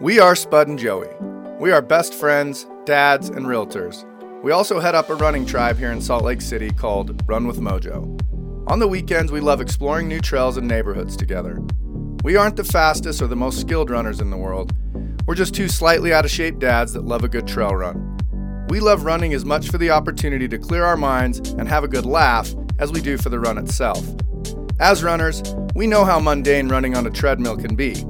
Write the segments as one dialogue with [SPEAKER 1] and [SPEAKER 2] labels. [SPEAKER 1] We are Spud and Joey. We are best friends, dads, and realtors. We also head up a running tribe here in Salt Lake City called Run with Mojo. On the weekends, we love exploring new trails and neighborhoods together. We aren't the fastest or the most skilled runners in the world. We're just two slightly out of shape dads that love a good trail run. We love running as much for the opportunity to clear our minds and have a good laugh as we do for the run itself. As runners, we know how mundane running on a treadmill can be.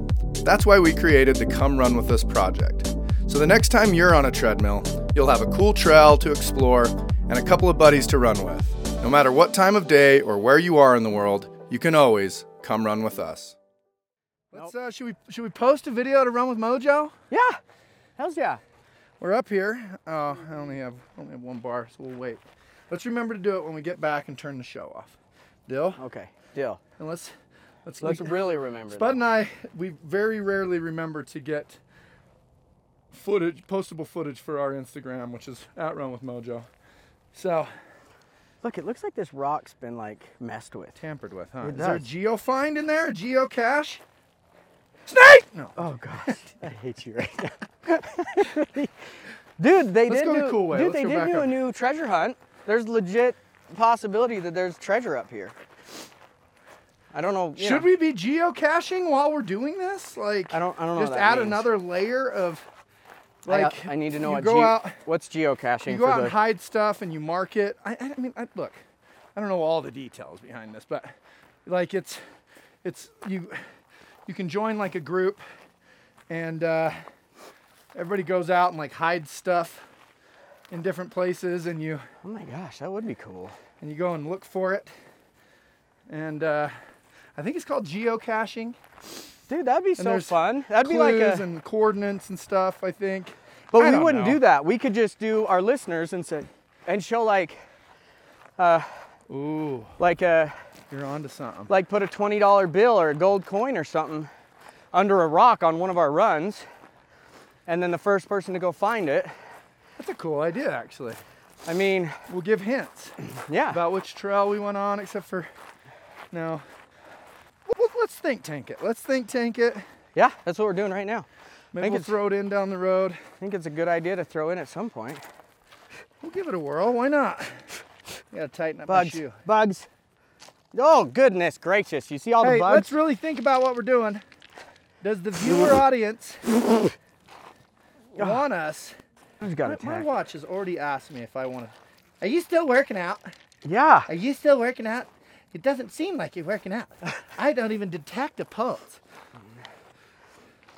[SPEAKER 1] That's why we created the Come Run With Us project. So the next time you're on a treadmill, you'll have a cool trail to explore and a couple of buddies to run with. No matter what time of day or where you are in the world, you can always come run with us. Let's, uh, should, we, should we post a video to run with Mojo?
[SPEAKER 2] Yeah. How's yeah?
[SPEAKER 1] We're up here. Oh, I only have only have one bar, so we'll wait. Let's remember to do it when we get back and turn the show off. Deal?
[SPEAKER 2] Okay. Deal.
[SPEAKER 1] And let's let's
[SPEAKER 2] Let's really remember.
[SPEAKER 1] Spud
[SPEAKER 2] that.
[SPEAKER 1] and I we very rarely remember to get footage, postable footage for our Instagram, which is at Run with Mojo. So
[SPEAKER 2] Look, it looks like this rock's been like messed with.
[SPEAKER 1] tampered with, huh?
[SPEAKER 2] It
[SPEAKER 1] Is there a
[SPEAKER 2] does.
[SPEAKER 1] geo find in there? A geocache? Snake! No.
[SPEAKER 2] Oh gosh, I hate you right now. dude, they
[SPEAKER 1] Let's
[SPEAKER 2] did
[SPEAKER 1] go the
[SPEAKER 2] do,
[SPEAKER 1] cool way.
[SPEAKER 2] Dude,
[SPEAKER 1] Let's
[SPEAKER 2] they
[SPEAKER 1] go
[SPEAKER 2] did
[SPEAKER 1] back
[SPEAKER 2] do
[SPEAKER 1] up.
[SPEAKER 2] a new treasure hunt. There's legit possibility that there's treasure up here. I don't know. you
[SPEAKER 1] Should
[SPEAKER 2] know,
[SPEAKER 1] we be geocaching while we're doing this? Like,
[SPEAKER 2] I don't- I don't know
[SPEAKER 1] Just
[SPEAKER 2] what that
[SPEAKER 1] add
[SPEAKER 2] means.
[SPEAKER 1] another layer of,
[SPEAKER 2] I, uh,
[SPEAKER 1] like,
[SPEAKER 2] I need to know
[SPEAKER 1] you
[SPEAKER 2] what
[SPEAKER 1] go
[SPEAKER 2] geo-
[SPEAKER 1] out,
[SPEAKER 2] what's geocaching
[SPEAKER 1] you go
[SPEAKER 2] for
[SPEAKER 1] out
[SPEAKER 2] the
[SPEAKER 1] and hide stuff and you mark it. I, I mean, I, look, I don't know all the details behind this, but like, it's, it's you, you can join like a group, and uh, everybody goes out and like hides stuff in different places, and you
[SPEAKER 2] Oh my gosh, that would be cool.
[SPEAKER 1] and you go and look for it, and uh, I think it's called geocaching.
[SPEAKER 2] Dude, that'd be so
[SPEAKER 1] there's
[SPEAKER 2] fun. That'd be
[SPEAKER 1] clues
[SPEAKER 2] like a
[SPEAKER 1] and coordinates and stuff. I think.
[SPEAKER 2] But
[SPEAKER 1] I
[SPEAKER 2] we
[SPEAKER 1] don't
[SPEAKER 2] wouldn't
[SPEAKER 1] know.
[SPEAKER 2] do that. We could just do our listeners and say, and show like,
[SPEAKER 1] Ooh,
[SPEAKER 2] like a,
[SPEAKER 1] you're onto something.
[SPEAKER 2] like put a twenty dollar bill or a gold coin or something under a rock on one of our runs, and then the first person to go find it.
[SPEAKER 1] That's a cool idea, actually.
[SPEAKER 2] I mean,
[SPEAKER 1] We'll give hints
[SPEAKER 2] yeah.
[SPEAKER 1] about which trail we went on, except for no. Well, Let's think tank it. Let's think tank it.
[SPEAKER 2] Yeah, that's what we're doing right now.
[SPEAKER 1] Maybe
[SPEAKER 2] Think
[SPEAKER 1] we'll
[SPEAKER 2] it's-
[SPEAKER 1] throw it in down the road.
[SPEAKER 2] I think it's a good idea to throw in at some point.
[SPEAKER 1] We'll give it a whirl. Why not? You gotta tighten up
[SPEAKER 2] Bugs.
[SPEAKER 1] my shoe.
[SPEAKER 2] Bugs. Oh goodness gracious! You see all
[SPEAKER 1] Hey,
[SPEAKER 2] the
[SPEAKER 1] let's
[SPEAKER 2] bugs?
[SPEAKER 1] really think about what we're doing. Does the viewer audience want us?
[SPEAKER 2] Who's got
[SPEAKER 1] My, my
[SPEAKER 2] attacked?
[SPEAKER 1] watch has already asked me if I want to. Are you still working out?
[SPEAKER 2] Yeah.
[SPEAKER 1] Are you still working out? It doesn't seem like you're working out. I don't even detect a pulse.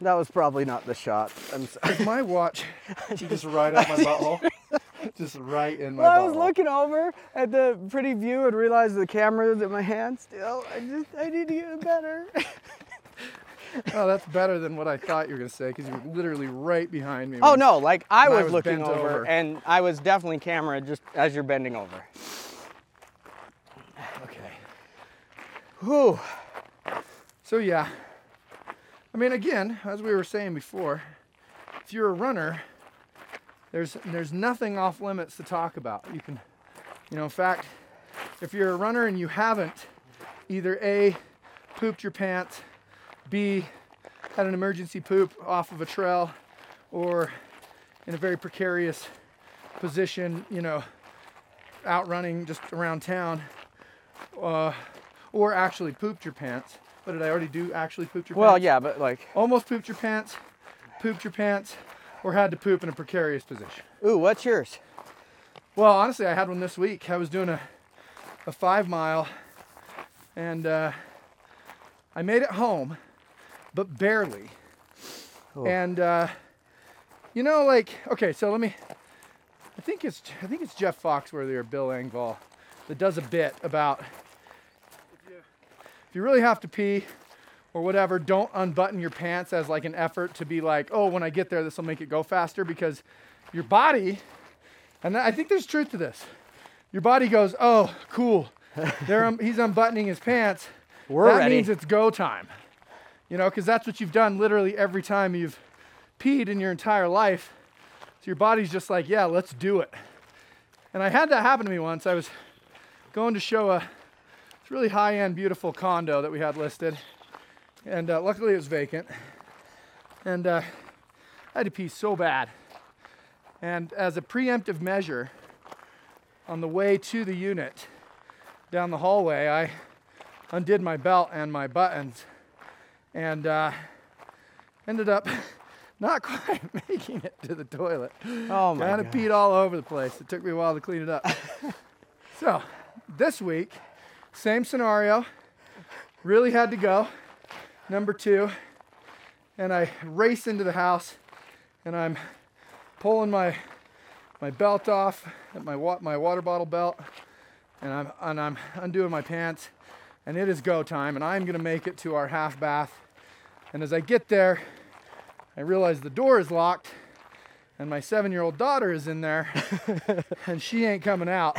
[SPEAKER 2] That was probably not the shot. I'm sorry.
[SPEAKER 1] My watch, just right up my butthole. Just right in my
[SPEAKER 2] Well, I was looking over at the pretty view and realized the camera was in my hand still. I just, I need to get it better.
[SPEAKER 1] Oh, that's better than what I thought you were going to say because you were literally right behind me.
[SPEAKER 2] oh,
[SPEAKER 1] when-
[SPEAKER 2] no, like I
[SPEAKER 1] And I
[SPEAKER 2] was,
[SPEAKER 1] was
[SPEAKER 2] looking
[SPEAKER 1] bent
[SPEAKER 2] over,
[SPEAKER 1] over.
[SPEAKER 2] and I was definitely camera just as you're bending over.
[SPEAKER 1] Okay.
[SPEAKER 2] Whew.
[SPEAKER 1] So, yeah. I mean, again, as we were saying before, if you're a runner, there's there's nothing off limits to talk about. You can, you know, in fact, if you're a runner and you haven't either A, pooped your pants, B, had an emergency poop off of a trail, or in a very precarious position, you know, out running just around town, uh, or actually pooped your pants. But did I already do actually pooped your pants?
[SPEAKER 2] Well, yeah, but like,
[SPEAKER 1] almost pooped your pants, pooped your pants, or had to poop in a precarious position.
[SPEAKER 2] ooh, what's yours?
[SPEAKER 1] Well, honestly, I had one this week. I was doing a, a five mile, and uh, I made it home, but barely.
[SPEAKER 2] Oh.
[SPEAKER 1] And uh, you know, like, okay, so let me. I think it's I think it's Jeff Foxworthy or Bill Engvall that does a bit about if you really have to pee or whatever, don't unbutton your pants as like an effort to be like, oh, when I get there, this will make it go faster because your body, and I think there's truth to this. Your body goes, oh, cool. There, um, he's unbuttoning his pants.
[SPEAKER 2] We're
[SPEAKER 1] that
[SPEAKER 2] ready.
[SPEAKER 1] means it's go time. You know, because that's what you've done literally every time you've peed in your entire life. So your body's just like, yeah, let's do it. And I had that happen to me once. I was going to show a this really high-end, beautiful condo that we had listed, and uh, luckily it was vacant. and uh, I had to pee so bad. And as a preemptive measure, on the way to the unit down the hallway, I undid my belt and my buttons and uh, ended up not quite making it to the toilet.
[SPEAKER 2] Oh my
[SPEAKER 1] Kind of
[SPEAKER 2] God.
[SPEAKER 1] peed all over the place. It took me a while to clean it up. so, this week, same scenario. Really had to go. Number two. And I race into the house and I'm pulling my my belt off, my wa- my water bottle belt, and I'm and I'm undoing my pants, and it is go time, and I'm gonna make it to our half bath. And as I get there, I realize the door is locked, and my seven-year-old daughter is in there, and she ain't coming out.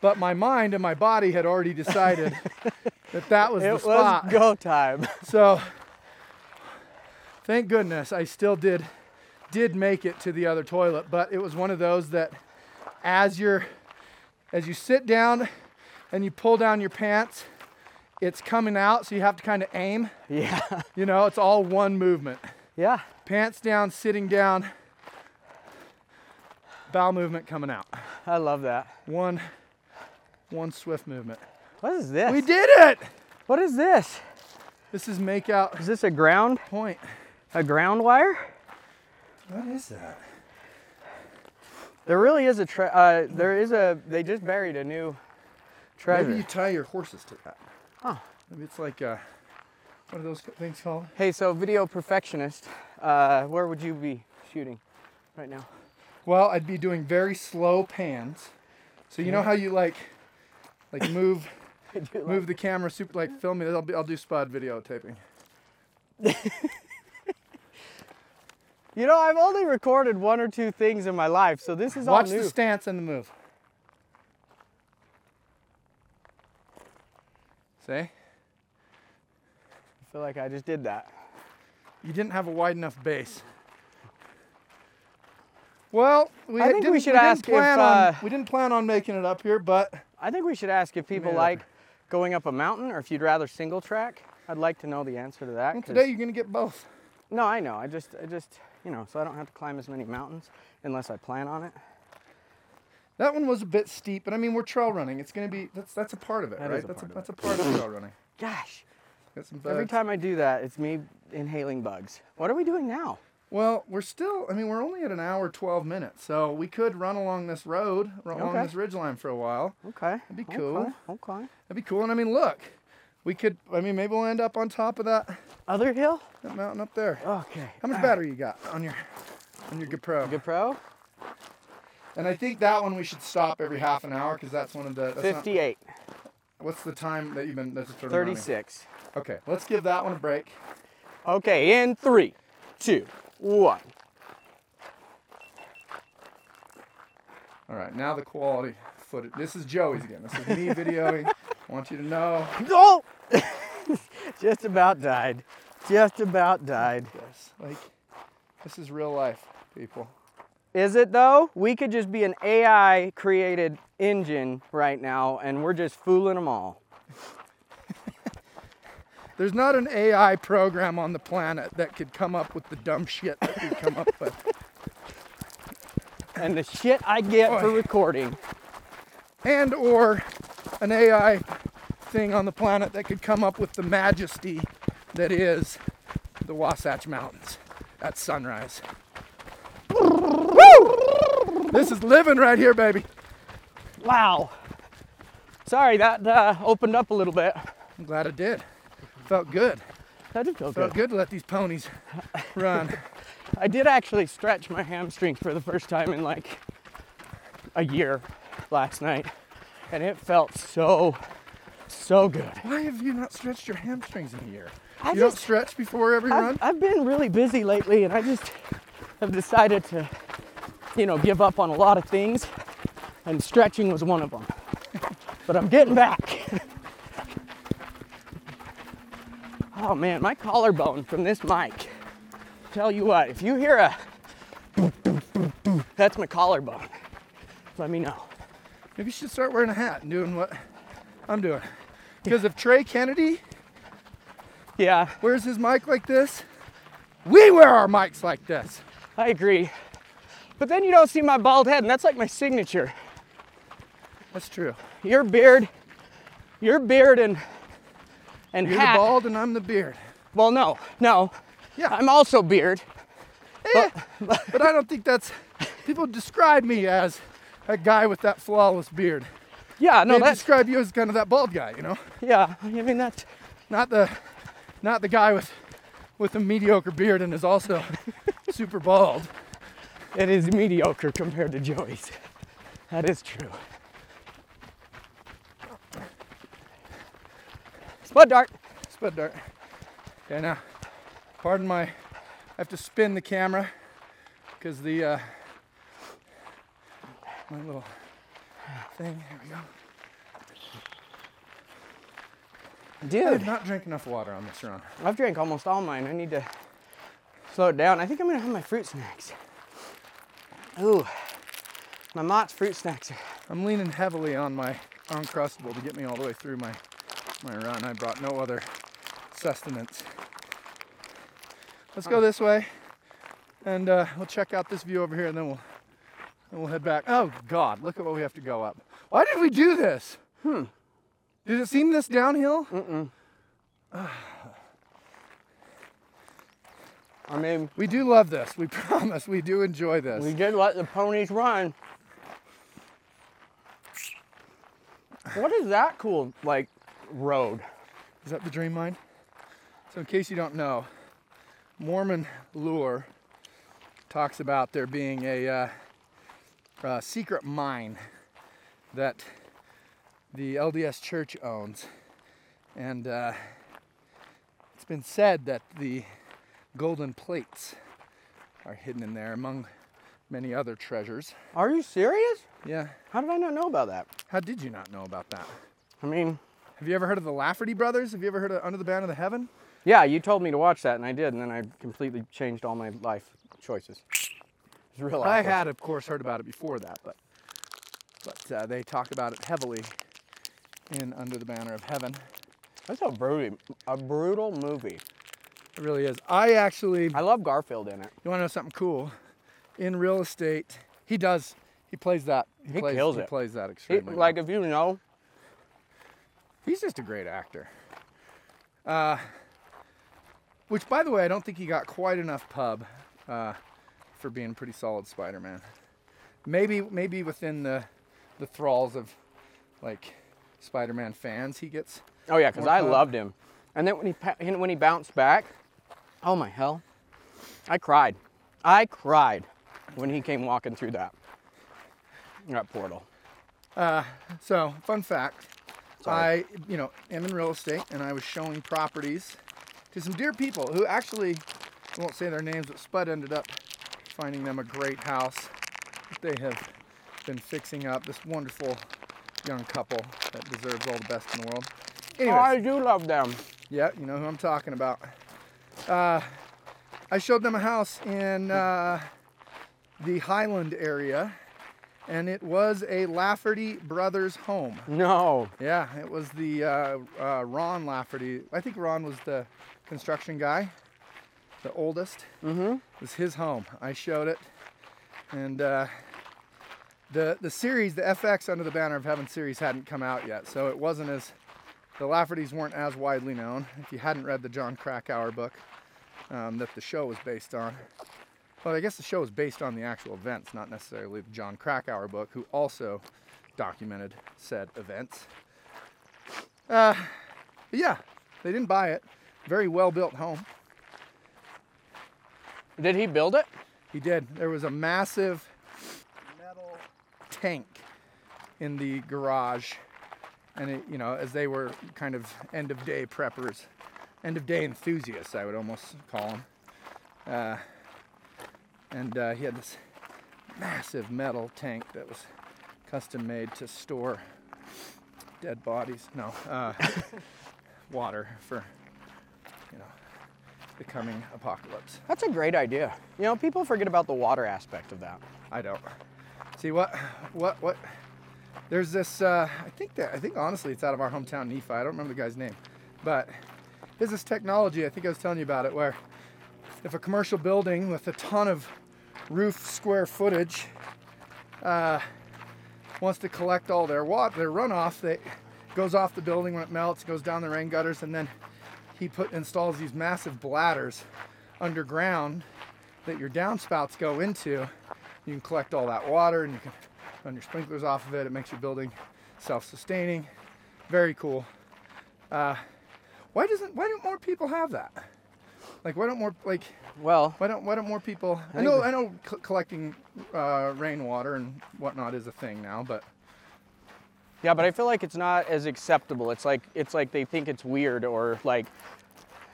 [SPEAKER 1] But my mind and my body had already decided that that was the
[SPEAKER 2] It
[SPEAKER 1] spot.
[SPEAKER 2] was go time.
[SPEAKER 1] So thank goodness I still did did make it to the other toilet, but it was one of those that as you're as you sit down and you pull down your pants, it's coming out, so you have to kind of aim.
[SPEAKER 2] yeah.
[SPEAKER 1] You know, it's all one movement.
[SPEAKER 2] Yeah.
[SPEAKER 1] Pants down, sitting down, bowel movement coming out.
[SPEAKER 2] I love that.
[SPEAKER 1] One one swift movement.
[SPEAKER 2] What is this?
[SPEAKER 1] We did it!
[SPEAKER 2] What is this?
[SPEAKER 1] This is make out
[SPEAKER 2] Is this a ground
[SPEAKER 1] point.
[SPEAKER 2] a ground wire?
[SPEAKER 1] What is that?
[SPEAKER 2] There really is a tre- uh, there is a they just buried a new treasure.
[SPEAKER 1] Maybe you tie your horses to that. Maybe it's like uh, what are those things called?
[SPEAKER 2] hey, so video perfectionist, uh, where would you be shooting right now?
[SPEAKER 1] Well, I'd be doing very slow pans. So you know how you like, like move, move the camera super like film it. I'll, be, I'll do spot videotaping.
[SPEAKER 2] You know, I've only recorded one or two things in my life, so this is
[SPEAKER 1] Watch
[SPEAKER 2] all new.
[SPEAKER 1] the stance and the move. See,
[SPEAKER 2] I feel like I just did that.
[SPEAKER 1] you didn't have a wide enough base. Well, we
[SPEAKER 2] I think we
[SPEAKER 1] didn't,
[SPEAKER 2] should
[SPEAKER 1] didn't
[SPEAKER 2] ask if,
[SPEAKER 1] plan
[SPEAKER 2] uh,
[SPEAKER 1] on we didn't plan on making it up here, but
[SPEAKER 2] I think we should ask if people
[SPEAKER 1] made it.
[SPEAKER 2] like going up a mountain or if you'd rather single track. I'd like to know the answer to that.
[SPEAKER 1] well,
[SPEAKER 2] 'cause-
[SPEAKER 1] today you're gonna get both.
[SPEAKER 2] no, I know. I just, I just, you know, so I don't have to climb as many mountains unless I plan on it.
[SPEAKER 1] That one was a bit steep, but I mean we're trail running. It's gonna be that's that's a part of it,
[SPEAKER 2] That
[SPEAKER 1] right?
[SPEAKER 2] is a
[SPEAKER 1] that's
[SPEAKER 2] part
[SPEAKER 1] a
[SPEAKER 2] of
[SPEAKER 1] that's a part of trail running.
[SPEAKER 2] Gosh,
[SPEAKER 1] Got some
[SPEAKER 2] every
[SPEAKER 1] bugs.
[SPEAKER 2] time I do that, it's me inhaling bugs. What are we doing now?
[SPEAKER 1] Well, we're still. I mean, we're only at an hour twelve minutes, so we could run along this road, run along
[SPEAKER 2] Okay.
[SPEAKER 1] this ridgeline for a while.
[SPEAKER 2] Okay. That'd
[SPEAKER 1] be cool.
[SPEAKER 2] Okay. okay.
[SPEAKER 1] That'd be cool. And I mean, look, we could. I mean, maybe we'll end up on top of that,
[SPEAKER 2] Other hill?
[SPEAKER 1] that mountain up there.
[SPEAKER 2] Okay.
[SPEAKER 1] How much battery you got on your on your GoPro?
[SPEAKER 2] Good pro?
[SPEAKER 1] And I think that one we should stop every half an hour because that's one of the. That's not-
[SPEAKER 2] 58,
[SPEAKER 1] what's the time that you've been? That's sort of running?
[SPEAKER 2] 36.
[SPEAKER 1] Okay, let's give that one a break.
[SPEAKER 2] Okay, in three, two, one.
[SPEAKER 1] All right, now the quality footage. This is Joey's again. This is me videoing. I want you to know.
[SPEAKER 2] Oh! Just about died. Just about died.
[SPEAKER 1] Yes, like this is real life, people.
[SPEAKER 2] Is it though? We could just be an AI created engine right now and we're just fooling them all.
[SPEAKER 1] There's not an AI program on the planet that could come up with the dumb shit that we come up with.
[SPEAKER 2] And the shit I get for
[SPEAKER 1] Oy.
[SPEAKER 2] recording.
[SPEAKER 1] And or an AI thing on the planet that could come up with the majesty that is the Wasatch Mountains at sunrise. Woo! This is living right here, baby.
[SPEAKER 2] Wow. Sorry, that uh, opened up a little bit.
[SPEAKER 1] I'm glad it did. Felt good.
[SPEAKER 2] That did feel
[SPEAKER 1] Felt
[SPEAKER 2] good.
[SPEAKER 1] good to let these ponies run.
[SPEAKER 2] I did actually stretch my hamstring for the first time in like a year last night, and it felt so, so good.
[SPEAKER 1] Why have you not stretched your hamstrings in a year?
[SPEAKER 2] I
[SPEAKER 1] you don't
[SPEAKER 2] just-
[SPEAKER 1] stretch before every run?
[SPEAKER 2] I've, I've been really busy lately, and I just have decided to, you know, give up on a lot of things, and stretching was one of them. But I'm getting back. Oh man, my collarbone from this mic. Tell you what, if you hear a boop, boop, boop, boop, that's my collarbone. Let me know.
[SPEAKER 1] Maybe you should start wearing a hat and doing what I'm doing. Because if Trey Kennedy
[SPEAKER 2] Yeah,
[SPEAKER 1] wears his mic like this, We wear our mics like this.
[SPEAKER 2] I agree. But then you don't see my bald head, and that's like my signature.
[SPEAKER 1] That's true.
[SPEAKER 2] Your beard, your beard and and
[SPEAKER 1] You're
[SPEAKER 2] hat.
[SPEAKER 1] the bald and I'm the beard.
[SPEAKER 2] Well, no, no.
[SPEAKER 1] Yeah.
[SPEAKER 2] I'm also beard.
[SPEAKER 1] Eh, but, I don't think that's. People describe me as a guy with that flawless beard.
[SPEAKER 2] Yeah, no,
[SPEAKER 1] they
[SPEAKER 2] that's
[SPEAKER 1] describe you as kind of that bald guy, you know,
[SPEAKER 2] yeah. I mean that's
[SPEAKER 1] not the, not the guy with, with a mediocre beard and is also super bald.
[SPEAKER 2] it is mediocre compared to Joey's. That is true. Spud dart.
[SPEAKER 1] Spud dart. Okay, now, pardon my, I have to spin the camera because the, uh, my little thing, there we go. I did
[SPEAKER 2] Dude,
[SPEAKER 1] not drink enough water on this run.
[SPEAKER 2] I've drank almost all mine. I need to slow it down. I think I'm gonna have my fruit snacks. Ooh, my Mott's fruit snacks are
[SPEAKER 1] I'm leaning heavily on my Uncrustable to get me all the way through my, my run. I brought no other sustenance. Let's go this way and uh, we'll check out this view over here and then we'll, then we'll head back. Oh God, look at what we have to go up. Why did we do this? Hmm. Did it seem this downhill?
[SPEAKER 2] I mean,
[SPEAKER 1] We do love this. We promise we do enjoy this.
[SPEAKER 2] we did let the ponies run. What is that cool, like, road?
[SPEAKER 1] Is that the dream mine? So, in case you don't know, Mormon lore talks about there being a, uh, uh secret mine that the LDS Church owns, and uh, it's been said that the golden plates are hidden in there, among many other treasures.
[SPEAKER 2] Are you serious?
[SPEAKER 1] Yeah,
[SPEAKER 2] How did I not know about that?
[SPEAKER 1] how did you not know about that?
[SPEAKER 2] I mean,
[SPEAKER 1] Have you ever heard of the Lafferty brothers? Have you ever heard of Under the Banner of the Heaven?
[SPEAKER 2] yeah, you told me to watch that, and I did, and then I completely changed all my life choices. It's real
[SPEAKER 1] I
[SPEAKER 2] awkward.
[SPEAKER 1] had, of course, heard about it before that, but but uh, they talk about it heavily in Under the Banner of Heaven.
[SPEAKER 2] That's a brutal, a brutal movie.
[SPEAKER 1] It really is. I actually, you
[SPEAKER 2] I love Garfield in it.
[SPEAKER 1] want to know something cool? In real estate, he does. He plays that.
[SPEAKER 2] He
[SPEAKER 1] plays,
[SPEAKER 2] kills
[SPEAKER 1] he
[SPEAKER 2] it.
[SPEAKER 1] plays that
[SPEAKER 2] He-
[SPEAKER 1] extremely. well.
[SPEAKER 2] like, if you know,
[SPEAKER 1] He's just a great actor. Uh, which, by the way, I don't think he got quite enough pub uh, for being pretty solid Spider-Man. Maybe, maybe within the the thralls of like Spider-Man fans, he gets.
[SPEAKER 2] oh yeah, because
[SPEAKER 1] More
[SPEAKER 2] I
[SPEAKER 1] fun.
[SPEAKER 2] loved him. And then when he pa- when he bounced back, oh my hell, I cried. I cried when he came walking through that that portal.
[SPEAKER 1] So, fun fact: I,
[SPEAKER 2] Sorry.
[SPEAKER 1] you know, am in real estate, and I was showing properties to some dear people who actually I won't say their names, but Spud ended up finding them a great house that they have been fixing up. This wonderful young couple that deserves all the best in the world. Anyways,
[SPEAKER 2] I do love them.
[SPEAKER 1] yeah, you know who I'm talking about. Uh, I showed them a house in uh, the Highland area, and it was a Lafferty Brothers home.
[SPEAKER 2] No.
[SPEAKER 1] Yeah, it was the uh, uh, Ron Lafferty. I think Ron was the construction guy, the oldest. Mm-hmm. It was his home. I showed it, and uh, the the series, the FX Under the Banner of Heaven series, hadn't come out yet, so it wasn't as the Laffertys weren't as widely known. If you hadn't read the John Krakauer book um, that the show was based on, well, I guess the show is based on the actual events, not necessarily the John Krakauer book, who also documented said events. Uh, but yeah, they didn't buy it. Very well built home.
[SPEAKER 2] Did he build it?
[SPEAKER 1] He did. There was a massive metal tank in the garage. And it, you know, as they were kind of end of day preppers, end of day enthusiasts, I would almost call them. Uh, and uh, he had this massive metal tank that was custom made to store dead bodies. No, uh, water for, you know, the coming apocalypse.
[SPEAKER 2] That's a great idea. You know, people forget about the water aspect of that.
[SPEAKER 1] I don't. See what, what, what? There's this. Uh, I think that I think honestly, it's out of our hometown, Nephi. I don't remember the guy's name, but there's this technology. I think I was telling you about it, where if a commercial building with a ton of roof square footage uh, wants to collect all their water, their runoff that goes off the building when it melts, goes down the rain gutters, and then he put installs these massive bladders underground that your downspouts go into. You can collect all that water and you can run your sprinklers off of it. It makes your building self-sustaining. Very cool. Uh, why doesn't why don't more people have that? Like why don't more like
[SPEAKER 2] Well,
[SPEAKER 1] why don't why don't more people? I,
[SPEAKER 2] think
[SPEAKER 1] know
[SPEAKER 2] the-
[SPEAKER 1] I know c- collecting uh, rainwater and whatnot is a thing now, but
[SPEAKER 2] yeah, but I feel like it's not as acceptable. It's like it's like they think it's weird or like,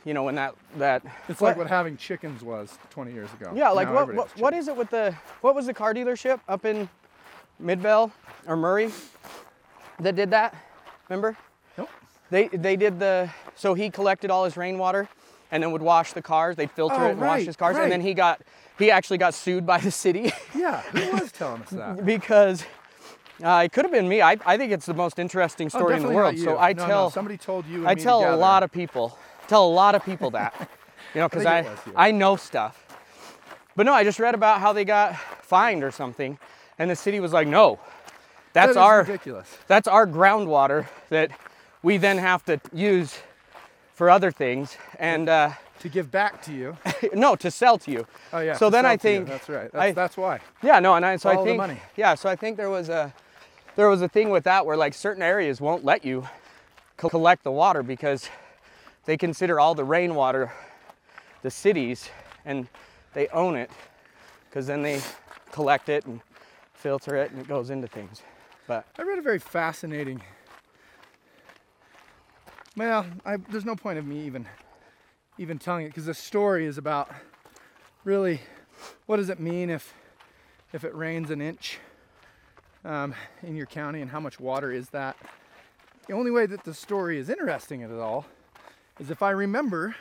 [SPEAKER 2] you know, when that that.
[SPEAKER 1] it's like what having chickens was 20 years ago.
[SPEAKER 2] Yeah, like
[SPEAKER 1] Now
[SPEAKER 2] what
[SPEAKER 1] everybody
[SPEAKER 2] what,
[SPEAKER 1] has
[SPEAKER 2] what
[SPEAKER 1] chickens.
[SPEAKER 2] is it with the what was the car dealership up in Midvale or Murray that did that? Remember?
[SPEAKER 1] Nope.
[SPEAKER 2] They they did the so he collected all his rainwater and then would wash the cars. They'd filter
[SPEAKER 1] Oh,
[SPEAKER 2] it and wash
[SPEAKER 1] right,
[SPEAKER 2] his cars. And then
[SPEAKER 1] right.
[SPEAKER 2] he got he actually got sued by the city
[SPEAKER 1] Yeah, who was telling us that?
[SPEAKER 2] because uh, it could have been me. I, I think it's the most interesting
[SPEAKER 1] Oh,
[SPEAKER 2] story in the
[SPEAKER 1] definitely not
[SPEAKER 2] world.
[SPEAKER 1] you.
[SPEAKER 2] So I
[SPEAKER 1] No, no,
[SPEAKER 2] tell
[SPEAKER 1] somebody told you. And
[SPEAKER 2] I
[SPEAKER 1] me
[SPEAKER 2] tell a
[SPEAKER 1] together.
[SPEAKER 2] lot of people, tell a lot of people that, you know, because
[SPEAKER 1] think
[SPEAKER 2] I,
[SPEAKER 1] it was you.
[SPEAKER 2] I know stuff. But no, I just read about how they got fined or something, and the city was like, no,
[SPEAKER 1] That
[SPEAKER 2] that's
[SPEAKER 1] is
[SPEAKER 2] our
[SPEAKER 1] ridiculous.
[SPEAKER 2] that's our groundwater that we then have to use for other things, and uh,
[SPEAKER 1] To give back to you.
[SPEAKER 2] no, to sell to you.
[SPEAKER 1] Oh yeah.
[SPEAKER 2] So
[SPEAKER 1] to
[SPEAKER 2] then
[SPEAKER 1] sell
[SPEAKER 2] I
[SPEAKER 1] to you.
[SPEAKER 2] think
[SPEAKER 1] that's right. That's,
[SPEAKER 2] I-
[SPEAKER 1] that's why.
[SPEAKER 2] yeah, no, and I, so I
[SPEAKER 1] Follow the
[SPEAKER 2] think
[SPEAKER 1] money.
[SPEAKER 2] yeah, so I think there was a there was a thing with that where like certain areas won't let you co- collect the water because they consider all the rainwater the cities and they own it because then they collect it and filter it and it goes into things. But
[SPEAKER 1] I read a very fascinating. Well, I, there's no point of me even, even telling it because the story is about, really, what does it mean if, if it rains an inch, um, in your county and how much water is that? The only way that the story is interesting at all, is if I remember,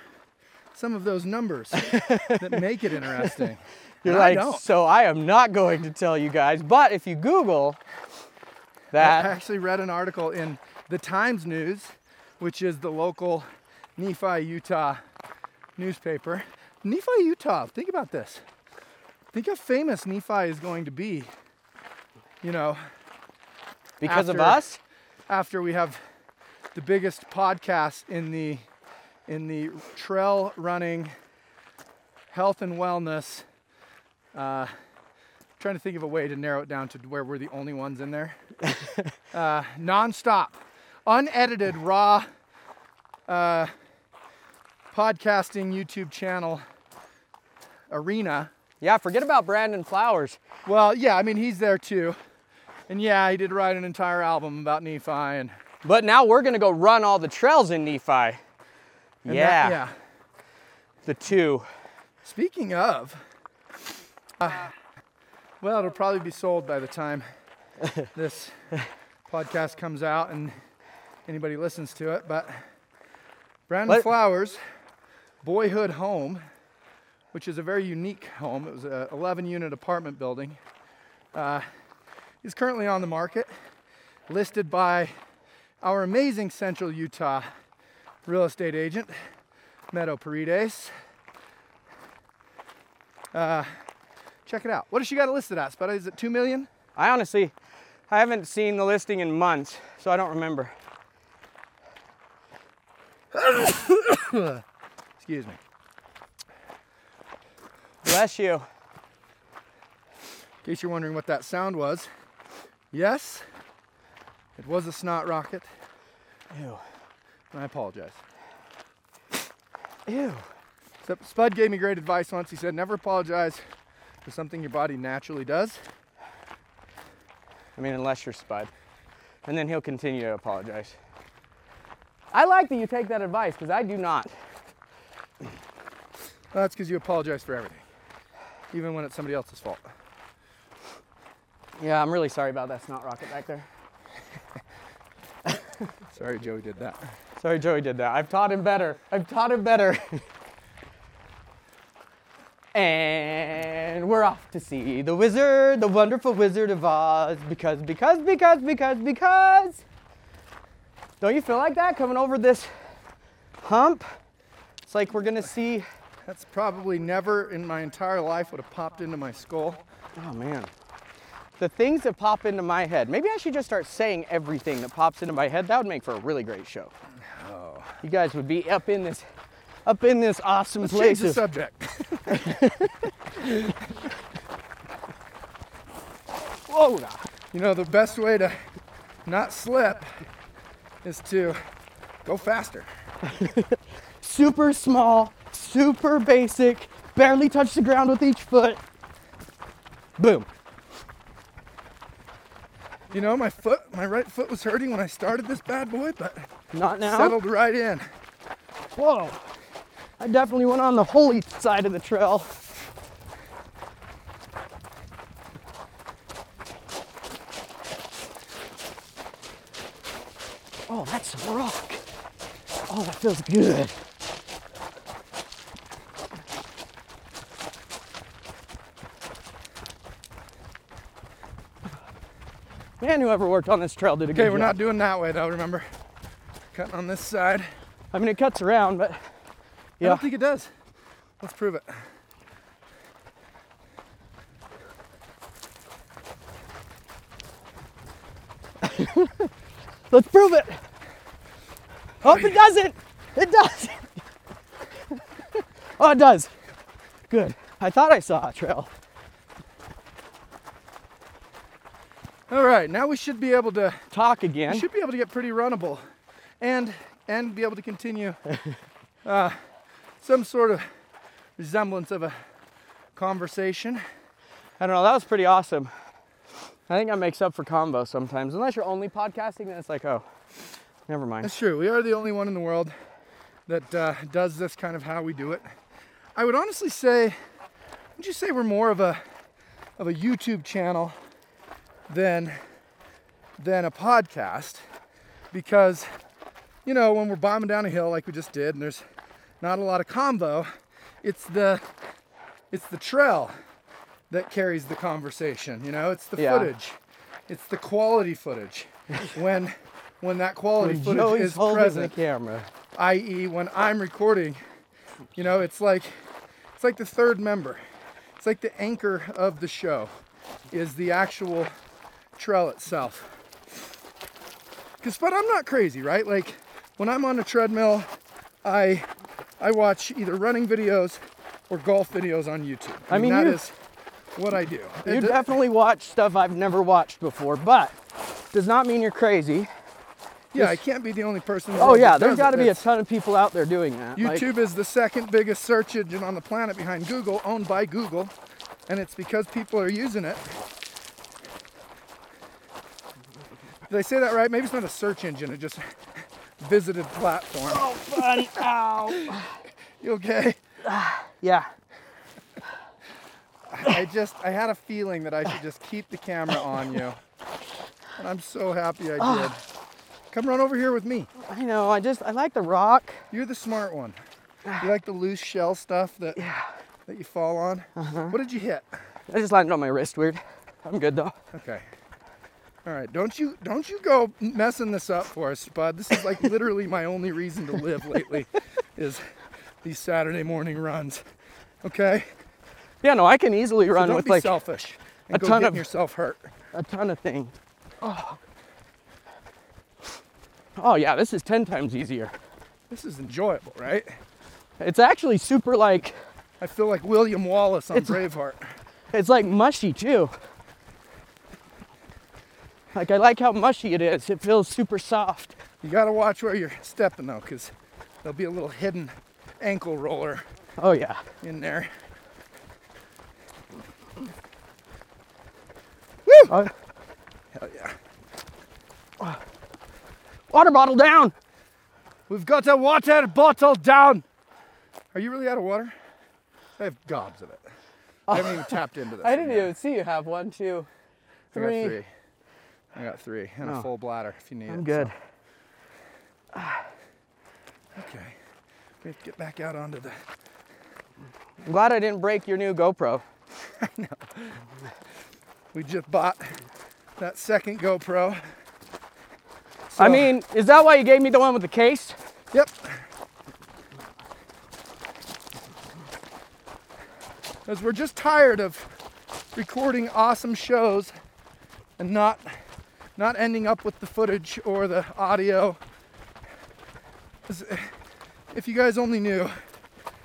[SPEAKER 1] some of those numbers that make it interesting.
[SPEAKER 2] you're
[SPEAKER 1] And I
[SPEAKER 2] like,
[SPEAKER 1] don't.
[SPEAKER 2] so I am not going to tell you guys. But if you Google
[SPEAKER 1] I
[SPEAKER 2] that,
[SPEAKER 1] actually read an article in the Times News, which is the local Nephi, Utah newspaper. Nephi, Utah, think about this. Think how famous Nephi is going to be, you know,
[SPEAKER 2] because of
[SPEAKER 1] after-
[SPEAKER 2] us,
[SPEAKER 1] after we have the biggest podcast in the in the trail running health and wellness uh, trying to think of a way to narrow it down to where we're the only ones in there uh, non-stop unedited raw uh, podcasting youtube channel arena
[SPEAKER 2] yeah, forget about Brandon Flowers.
[SPEAKER 1] well yeah i mean he's there too and yeah he did write an entire album about nephi and
[SPEAKER 2] But now we're gonna go run all the trails in Nephi. Yeah,
[SPEAKER 1] And that- yeah.
[SPEAKER 2] the two.
[SPEAKER 1] Speaking of, uh, well, it'll probably be sold by the time this podcast comes out and anybody listens to it. But Brandon
[SPEAKER 2] Let-
[SPEAKER 1] Flowers' boyhood home, which is a very unique home, it was an 11 unit apartment building, uh, is currently on the market, listed by our amazing Central Utah real estate agent, Meadow Paredes. Uh, check it out. What does she got it listed at? Spud? Is it two million?
[SPEAKER 2] I honestly, I haven't seen the listing in months, so I don't remember.
[SPEAKER 1] Excuse me.
[SPEAKER 2] Bless you.
[SPEAKER 1] In case you're wondering what that sound was, yes, it was a snot rocket.
[SPEAKER 2] Ew.
[SPEAKER 1] And I apologize.
[SPEAKER 2] Ew.
[SPEAKER 1] So Spud gave me great advice once. He said, "Never apologize for something your body naturally does."
[SPEAKER 2] I mean, unless you're Spud, and then he'll continue to apologize. I like that you take that advice because I do not.
[SPEAKER 1] Well, that's because you apologize for everything, even when it's somebody else's fault.
[SPEAKER 2] Yeah, I'm really sorry about that snot rocket back there.
[SPEAKER 1] Sorry, Joey did that.
[SPEAKER 2] Sorry, Joey did that. I've taught him better. I've taught him better. and we're off to see the wizard, the wonderful Wizard of Oz. Because, because, because, because, because. Don't you feel like that coming over this hump? It's like we're gonna see
[SPEAKER 1] That's probably never in my entire life would have popped into my skull.
[SPEAKER 2] Oh man. The things that pop into my head. Maybe I should just start saying everything that pops into my head. That would make for a really great show.
[SPEAKER 1] Oh.
[SPEAKER 2] You guys would be up in this up in this awesome
[SPEAKER 1] Change
[SPEAKER 2] place.
[SPEAKER 1] the
[SPEAKER 2] of-
[SPEAKER 1] subject.
[SPEAKER 2] Whoa. nah.
[SPEAKER 1] You know, the best way to not slip is to go faster.
[SPEAKER 2] Super small, super basic, barely touch the ground with each foot. Boom.
[SPEAKER 1] You know, my foot, my right foot was hurting when I started this bad boy, but
[SPEAKER 2] Not now.
[SPEAKER 1] settled right in.
[SPEAKER 2] Whoa. I definitely went on the holy side of the trail. Oh, that's a rock. Oh, that feels good. Man, whoever worked on this trail did a good
[SPEAKER 1] Okay, we're
[SPEAKER 2] job.
[SPEAKER 1] not doing that way though, remember? Cutting on this side.
[SPEAKER 2] I mean, it cuts around, but
[SPEAKER 1] I
[SPEAKER 2] yeah.
[SPEAKER 1] don't think it does. Let's prove it.
[SPEAKER 2] Let's prove it. Oh, it doesn't. It does. oh, it does. Good. I thought I saw a trail.
[SPEAKER 1] All right, now we should be able to
[SPEAKER 2] Talk
[SPEAKER 1] we
[SPEAKER 2] again.
[SPEAKER 1] should be able to get pretty runnable and and be able to continue uh, some sort of resemblance of a conversation.
[SPEAKER 2] I don't know. That was pretty awesome. I think that makes up for combo sometimes. Unless you're only podcasting, then it's like, oh, never mind.
[SPEAKER 1] That's true. We are the only one in the world that uh, does this kind of how we do it. I would honestly say, would you say we're more of a of a YouTube channel than than a podcast? Because you know when we're bombing down a hill like we just did, and there's not a lot of combo, it's the it's the trail that carries the conversation. You know, it's the
[SPEAKER 2] Yeah.
[SPEAKER 1] footage, it's the quality footage. when when that quality
[SPEAKER 2] When
[SPEAKER 1] footage
[SPEAKER 2] Joey's
[SPEAKER 1] is
[SPEAKER 2] holding
[SPEAKER 1] present,
[SPEAKER 2] the camera.
[SPEAKER 1] i.e., when I'm recording, you know, it's like it's like the third member. It's like the anchor of the show is the actual trail itself. Cause but I'm not crazy, right? Like when I'm on a treadmill, I I watch either running videos or golf videos on YouTube.
[SPEAKER 2] I mean,
[SPEAKER 1] that
[SPEAKER 2] you-
[SPEAKER 1] is what I do.
[SPEAKER 2] You
[SPEAKER 1] It- it-
[SPEAKER 2] definitely watch stuff I've never watched before, but does not mean you're crazy.
[SPEAKER 1] yeah, I can't be the only person. in the
[SPEAKER 2] Oh
[SPEAKER 1] world
[SPEAKER 2] yeah,
[SPEAKER 1] that
[SPEAKER 2] there's
[SPEAKER 1] does it.
[SPEAKER 2] got to be a
[SPEAKER 1] That's-
[SPEAKER 2] ton of people out there doing that. like-
[SPEAKER 1] YouTube is the second biggest search engine on the planet behind Google, owned by Google, and it's because people are using it. Did I say that right? Maybe it's not a search engine, it just visited platform.
[SPEAKER 2] Oh, fun. Ow.
[SPEAKER 1] You okay?
[SPEAKER 2] Yeah.
[SPEAKER 1] I just, I had a feeling that I should just keep the camera on you. And I'm so happy I did. Come run over here with me.
[SPEAKER 2] I know. I just, I like the rock.
[SPEAKER 1] You're the smart one. You like the loose shell stuff that, that you fall on? What did you hit?
[SPEAKER 2] I just landed on my wrist weird. I'm good though.
[SPEAKER 1] Okay. All right. Don't you don't you go messing this up for us, bud. This is like literally my only reason to live lately, is these Saturday morning runs. Okay.
[SPEAKER 2] Yeah, no, I can easily
[SPEAKER 1] So
[SPEAKER 2] run
[SPEAKER 1] don't
[SPEAKER 2] with
[SPEAKER 1] be
[SPEAKER 2] like
[SPEAKER 1] selfish and
[SPEAKER 2] a
[SPEAKER 1] go
[SPEAKER 2] ton
[SPEAKER 1] getting
[SPEAKER 2] of-
[SPEAKER 1] yourself hurt.
[SPEAKER 2] a ton of things. Oh. oh, yeah, this is 10 times easier.
[SPEAKER 1] This is enjoyable, right?
[SPEAKER 2] It's actually super like,
[SPEAKER 1] I feel like William Wallace on Braveheart.
[SPEAKER 2] it's like mushy too. Like, I like how mushy it is. It feels super soft.
[SPEAKER 1] You gotta watch where you're stepping though, because there'll be a little hidden ankle roller
[SPEAKER 2] Oh, yeah.
[SPEAKER 1] in there.
[SPEAKER 2] Oh,
[SPEAKER 1] Hell yeah.
[SPEAKER 2] water bottle down.
[SPEAKER 1] We've got a water bottle down. Are you really out of water? I have gobs of it. I haven't even tapped into this.
[SPEAKER 2] Oh. I
[SPEAKER 1] one
[SPEAKER 2] didn't
[SPEAKER 1] yet.
[SPEAKER 2] even see you have one, two,
[SPEAKER 1] I got
[SPEAKER 2] three.
[SPEAKER 1] three. I got three and a
[SPEAKER 2] Oh.
[SPEAKER 1] full bladder if you need it.
[SPEAKER 2] I'm good.
[SPEAKER 1] so- okay. We have to get back out onto the.
[SPEAKER 2] I'm glad I didn't break your new GoPro.
[SPEAKER 1] We just bought that second GoPro.
[SPEAKER 2] I
[SPEAKER 1] So-
[SPEAKER 2] mean, is that why you gave me the one with the case?
[SPEAKER 1] Yep. Because we're just tired of recording awesome shows and not not ending up with the footage or the audio. 'Cause If you guys only knew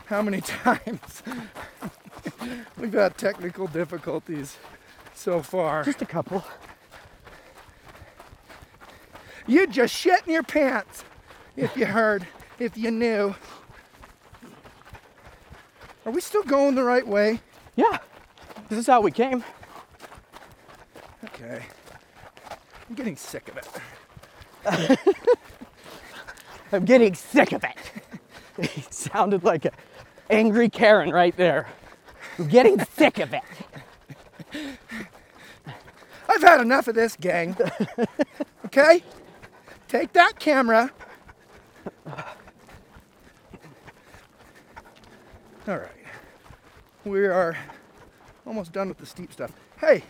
[SPEAKER 1] how many times we've had technical difficulties so far.
[SPEAKER 2] Just a couple.
[SPEAKER 1] You just shit in your pants if you heard, if you knew. Are we still going the right way?
[SPEAKER 2] Yeah. This is how we came.
[SPEAKER 1] Okay. I'm getting sick of it.
[SPEAKER 2] I'm getting sick of it. it sounded like an angry Karen right there. I'm getting sick of it.
[SPEAKER 1] I've had enough of this, gang. okay? Take that camera. All right. We are almost done with the steep stuff. Hey,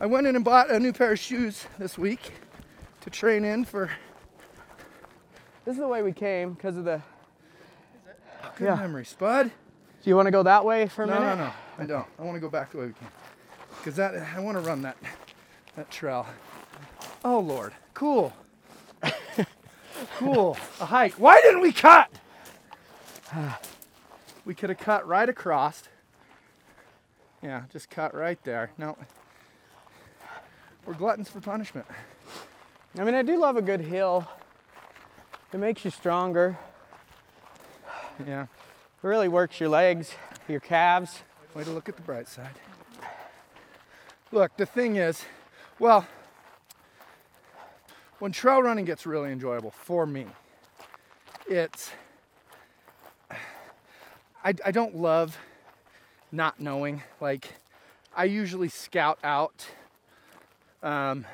[SPEAKER 1] I went in and bought a new pair of shoes this week to train in for
[SPEAKER 2] This is the way we came because of the.
[SPEAKER 1] good
[SPEAKER 2] Yeah.
[SPEAKER 1] memory, Spud.
[SPEAKER 2] Do you want to go that way for a
[SPEAKER 1] No,
[SPEAKER 2] minute?
[SPEAKER 1] no, no. I don't. I want to go back the way we came. Cause that I want to run that that trail. Oh Lord. Cool. cool. A hike. Why didn't we cut? We could have cut right across. Yeah, just cut right there. No. We're gluttons for punishment.
[SPEAKER 2] I mean, I do love a good hill. It makes you stronger.
[SPEAKER 1] Yeah.
[SPEAKER 2] It really works your legs, your calves.
[SPEAKER 1] Way to look at the bright side. Look, the thing is, well, when trail running gets really enjoyable for me, it's I, I don't love not knowing. Like, I usually scout out um,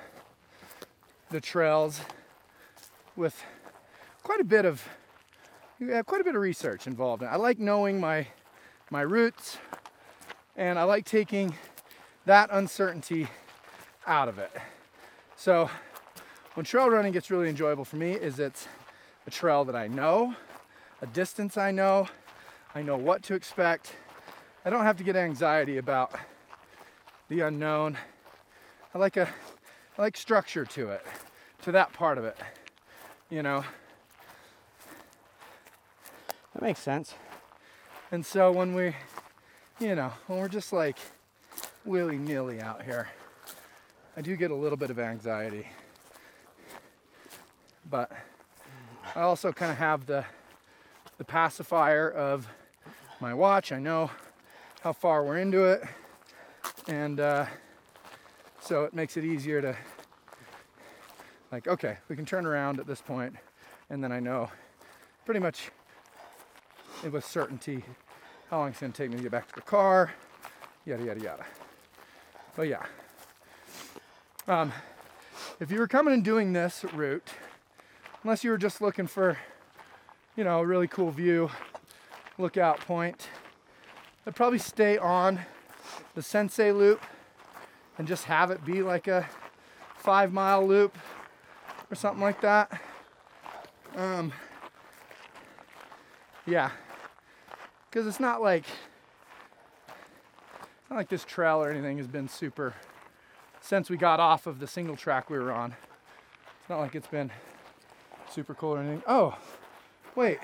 [SPEAKER 1] the trails with quite a bit of yeah, quite a bit of research involved. I like knowing my my roots, and I like taking that uncertainty out of it. So when trail running gets really enjoyable for me is it's a trail that I know, a distance I know, I know what to expect. I don't have to get anxiety about the unknown. I like a I like structure to it, to that part of it. You know,
[SPEAKER 2] That makes sense.
[SPEAKER 1] And so when we, you know, when we're just like willy nilly out here, I do get a little bit of anxiety. But I also kind of have the the pacifier of my watch. I know how far we're into it, and uh, so it makes it easier to like, okay, we can turn around at this point, and then I know pretty much it was certainty how long it's going to take me to get back to the car, yada, yada, yada. But yeah. Um, if you were coming and doing this route, unless you were just looking for, you know, a really cool view, lookout point, I'd probably stay on the Sensei loop and just have it be like a five mile loop or something like that. Um, yeah. Because it's not like not like this trail or anything has been super since we got off of the single track we were on. It's not like it's been super cool or anything. Oh, wait,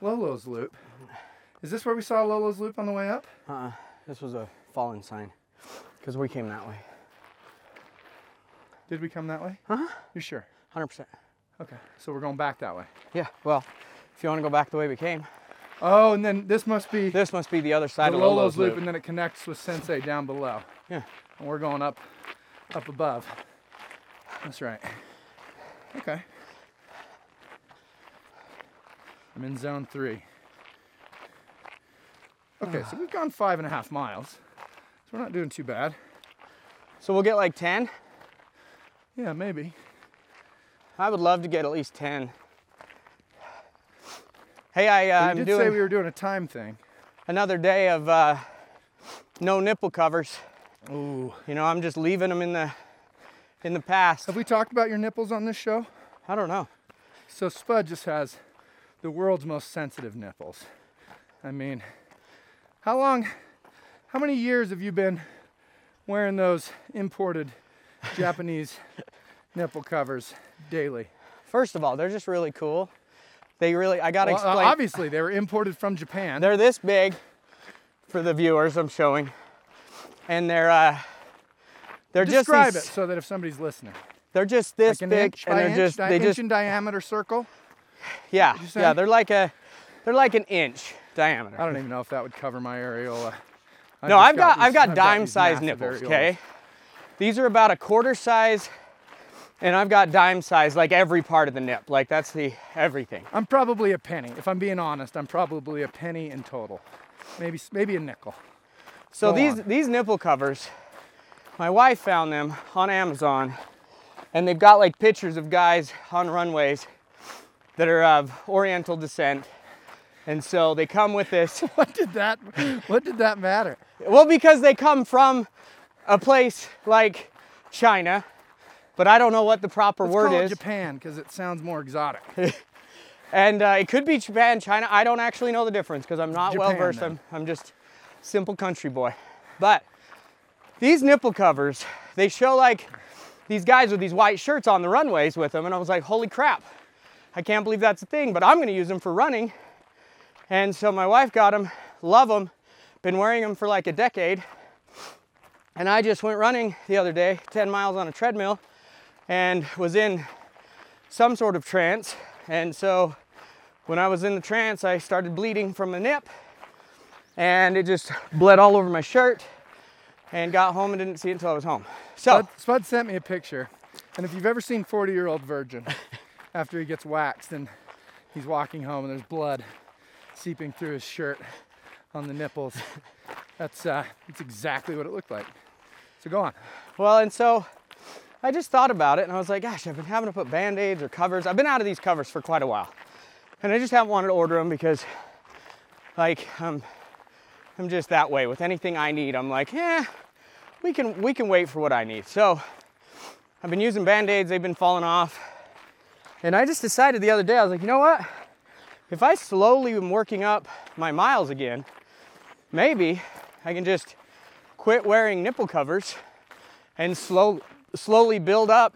[SPEAKER 1] Lolo's Loop. Is this where we saw Lolo's Loop on the way up?
[SPEAKER 2] Uh-uh. This was a fallen sign because we came that way.
[SPEAKER 1] Did we come that way?
[SPEAKER 2] Huh?
[SPEAKER 1] You sure?
[SPEAKER 2] 100%.
[SPEAKER 1] Okay, so we're going back that way.
[SPEAKER 2] Yeah, well, if you want to go back the way we came,
[SPEAKER 1] Oh, and then this must be
[SPEAKER 2] this must be the other
[SPEAKER 1] the
[SPEAKER 2] side of
[SPEAKER 1] Lolo's Loop, and then it connects with Sensei down below.
[SPEAKER 2] Yeah.
[SPEAKER 1] And we're going up up above. That's right. Okay. I'm in zone three. Okay, so we've gone five and a half miles. So we're not doing too bad.
[SPEAKER 2] So we'll get like 10.
[SPEAKER 1] Yeah, maybe.
[SPEAKER 2] I would love to get at least 10. Hey, I, uh,
[SPEAKER 1] But
[SPEAKER 2] I'm
[SPEAKER 1] you did
[SPEAKER 2] doing
[SPEAKER 1] say we were doing a time thing.
[SPEAKER 2] another day of uh, no nipple covers.
[SPEAKER 1] Ooh.
[SPEAKER 2] You know, I'm just leaving them in the in the past.
[SPEAKER 1] Have we talked about your nipples on this show?
[SPEAKER 2] I don't know.
[SPEAKER 1] So Spud just has the world's most sensitive nipples. I mean, how long How many years have you been wearing those imported Japanese nipple covers daily?
[SPEAKER 2] First of all, they're just really cool. They really, I gotta
[SPEAKER 1] Well, uh,
[SPEAKER 2] explain.
[SPEAKER 1] obviously, they were imported from Japan.
[SPEAKER 2] They're this big for the viewers I'm showing. And they're uh they're
[SPEAKER 1] Describe
[SPEAKER 2] just
[SPEAKER 1] it
[SPEAKER 2] these-
[SPEAKER 1] so that if somebody's listening,
[SPEAKER 2] they're just this
[SPEAKER 1] like an
[SPEAKER 2] big
[SPEAKER 1] inch
[SPEAKER 2] and
[SPEAKER 1] by
[SPEAKER 2] they're
[SPEAKER 1] inch,
[SPEAKER 2] just
[SPEAKER 1] di-
[SPEAKER 2] they
[SPEAKER 1] inch
[SPEAKER 2] just
[SPEAKER 1] in diameter circle.
[SPEAKER 2] yeah.
[SPEAKER 1] you
[SPEAKER 2] Yeah,
[SPEAKER 1] say?
[SPEAKER 2] they're like a they're like an inch diameter.
[SPEAKER 1] I don't even know if that would cover my areola. I
[SPEAKER 2] No,
[SPEAKER 1] just
[SPEAKER 2] I've got, I've
[SPEAKER 1] these-
[SPEAKER 2] got dime
[SPEAKER 1] these
[SPEAKER 2] size
[SPEAKER 1] massive
[SPEAKER 2] nipples,
[SPEAKER 1] areolas.
[SPEAKER 2] okay? These are about a quarter size and I've got dime size like every part of the nip. Like that's the everything.
[SPEAKER 1] I'm probably a penny. If I'm being honest, I'm probably a penny in total. Maybe s- maybe a nickel.
[SPEAKER 2] So
[SPEAKER 1] Go
[SPEAKER 2] these
[SPEAKER 1] on.
[SPEAKER 2] these nipple covers, my wife found them on Amazon, and they've got like pictures of guys on runways that are of Oriental descent, and so they come with this.
[SPEAKER 1] What did that what did that matter?
[SPEAKER 2] well, because they come from a place like China, but I don't know what the proper
[SPEAKER 1] Let's
[SPEAKER 2] word
[SPEAKER 1] call
[SPEAKER 2] is,
[SPEAKER 1] it Japan because it sounds more exotic.
[SPEAKER 2] and uh, it could be Japan, China. I don't actually know the difference because I'm not well
[SPEAKER 1] Japan,
[SPEAKER 2] versed.
[SPEAKER 1] then.
[SPEAKER 2] I'm I'm just simple country boy, but these nipple covers, they show like these guys with these white shirts on the runways with them. And I was like, holy crap, I can't believe that's a thing, but I'm gonna use them for running. And so my wife got them, love them, been wearing them for like a decade. And I just went running the other day, 10 miles on a treadmill, and was in some sort of trance. And so when I was in the trance, I started bleeding from the nip, and it just bled all over my shirt. And got home and didn't see it until I was home. So
[SPEAKER 1] Spud, Spud sent me a picture, and if you've ever seen 40 year old virgin after he gets waxed and he's walking home and there's blood seeping through his shirt on the nipples, that's uh, that's exactly what it looked like. So go on.
[SPEAKER 2] Well, and so I just thought about it and I was like, gosh, I've been having to put band aids or covers. I've been out of these covers for quite a while. And I just haven't wanted to order them because, like, um, I'm just that way. With anything I need, I'm like, yeah, we can, we can wait for what I need. So I've been using band aids, they've been falling off. And I just decided the other day, I was like, you know what? If I slowly am working up my miles again, maybe I can just quit wearing nipple covers and slow, slowly build up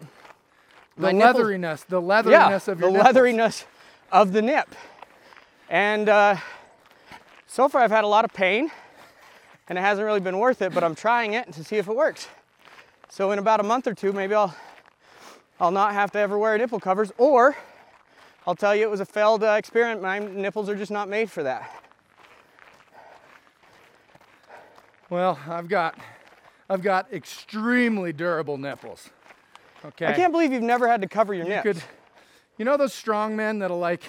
[SPEAKER 1] The
[SPEAKER 2] my nipples-
[SPEAKER 1] leatheriness, the leatheriness of
[SPEAKER 2] the
[SPEAKER 1] your nipples.
[SPEAKER 2] leatheriness of the nip. And uh, so far, I've had a lot of pain, and it hasn't really been worth it. But I'm trying it to see if it works. So in about a month or two, maybe I'll I'll not have to ever wear nipple covers, or I'll tell you it was a failed uh, experiment. My nipples are just not made for that.
[SPEAKER 1] Well, I've got, I've got extremely durable nipples. Okay.
[SPEAKER 2] I can't believe you've never had to cover your
[SPEAKER 1] you
[SPEAKER 2] nips.
[SPEAKER 1] could you know those strong men that'll like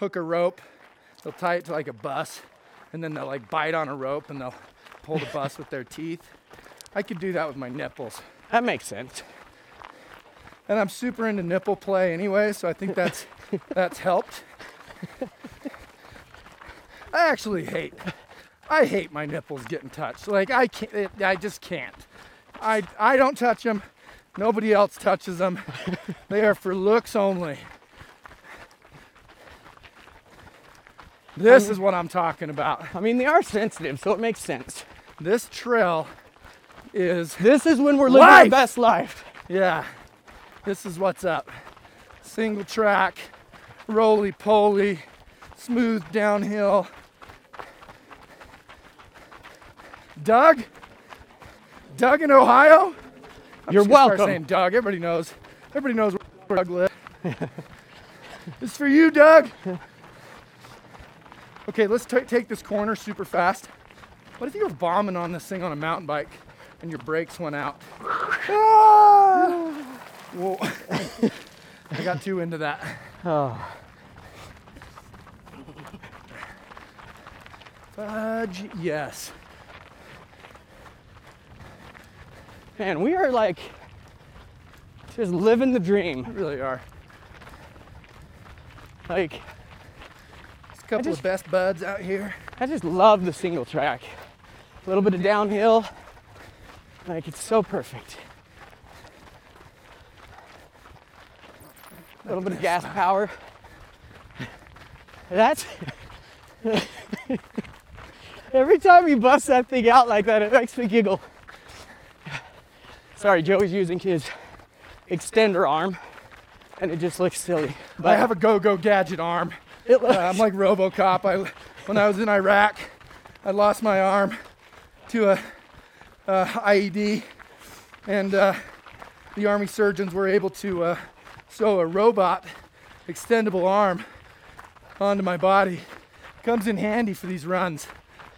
[SPEAKER 1] hook a rope they'll tie it to like a bus and then they'll like bite on a rope and they'll pull the bus with their teeth i could do that with my nipples
[SPEAKER 2] That makes sense.
[SPEAKER 1] and i'm super into nipple play anyway so i think that's that's helped i actually hate i hate my nipples getting touched like i can't it, i just can't i i don't touch them nobody else touches them they are for looks only this is what i'm talking about
[SPEAKER 2] I mean, they are sensitive, so it makes sense.
[SPEAKER 1] this trail is
[SPEAKER 2] This is when we're living our
[SPEAKER 1] Life!
[SPEAKER 2] best life.
[SPEAKER 1] Yeah, this is what's up. Single track, roly poly, smooth downhill. Doug? Doug in Ohio? I'm
[SPEAKER 2] You're
[SPEAKER 1] just gonna
[SPEAKER 2] welcome.
[SPEAKER 1] Start saying Doug. Everybody knows. Everybody knows where Doug lives. it's for you, Doug. Okay, let's ta- take this corner super fast. What if you were bombing on this thing on a mountain bike and your brakes went out? Ah! Whoa. I got too into that. Fudge, yes.
[SPEAKER 2] Man, we are like just living the dream.
[SPEAKER 1] You really are.
[SPEAKER 2] Like,
[SPEAKER 1] It's a couple
[SPEAKER 2] just-
[SPEAKER 1] of best buds out here.
[SPEAKER 2] I just love the single track. A little bit of downhill. Like, it's so perfect. A little bit of gas power. That's. Every time he busts that thing out like that, it makes me giggle. Sorry, Joey's using his extender arm, and it just looks silly. But
[SPEAKER 1] I have a go-go gadget arm.
[SPEAKER 2] it looks,
[SPEAKER 1] Uh, I'm like RoboCop. I, when I was in Iraq, I lost my arm to a, uh IED, and uh, the army surgeons were able to uh, sew a robot extendable arm onto my body. Comes in handy for these runs.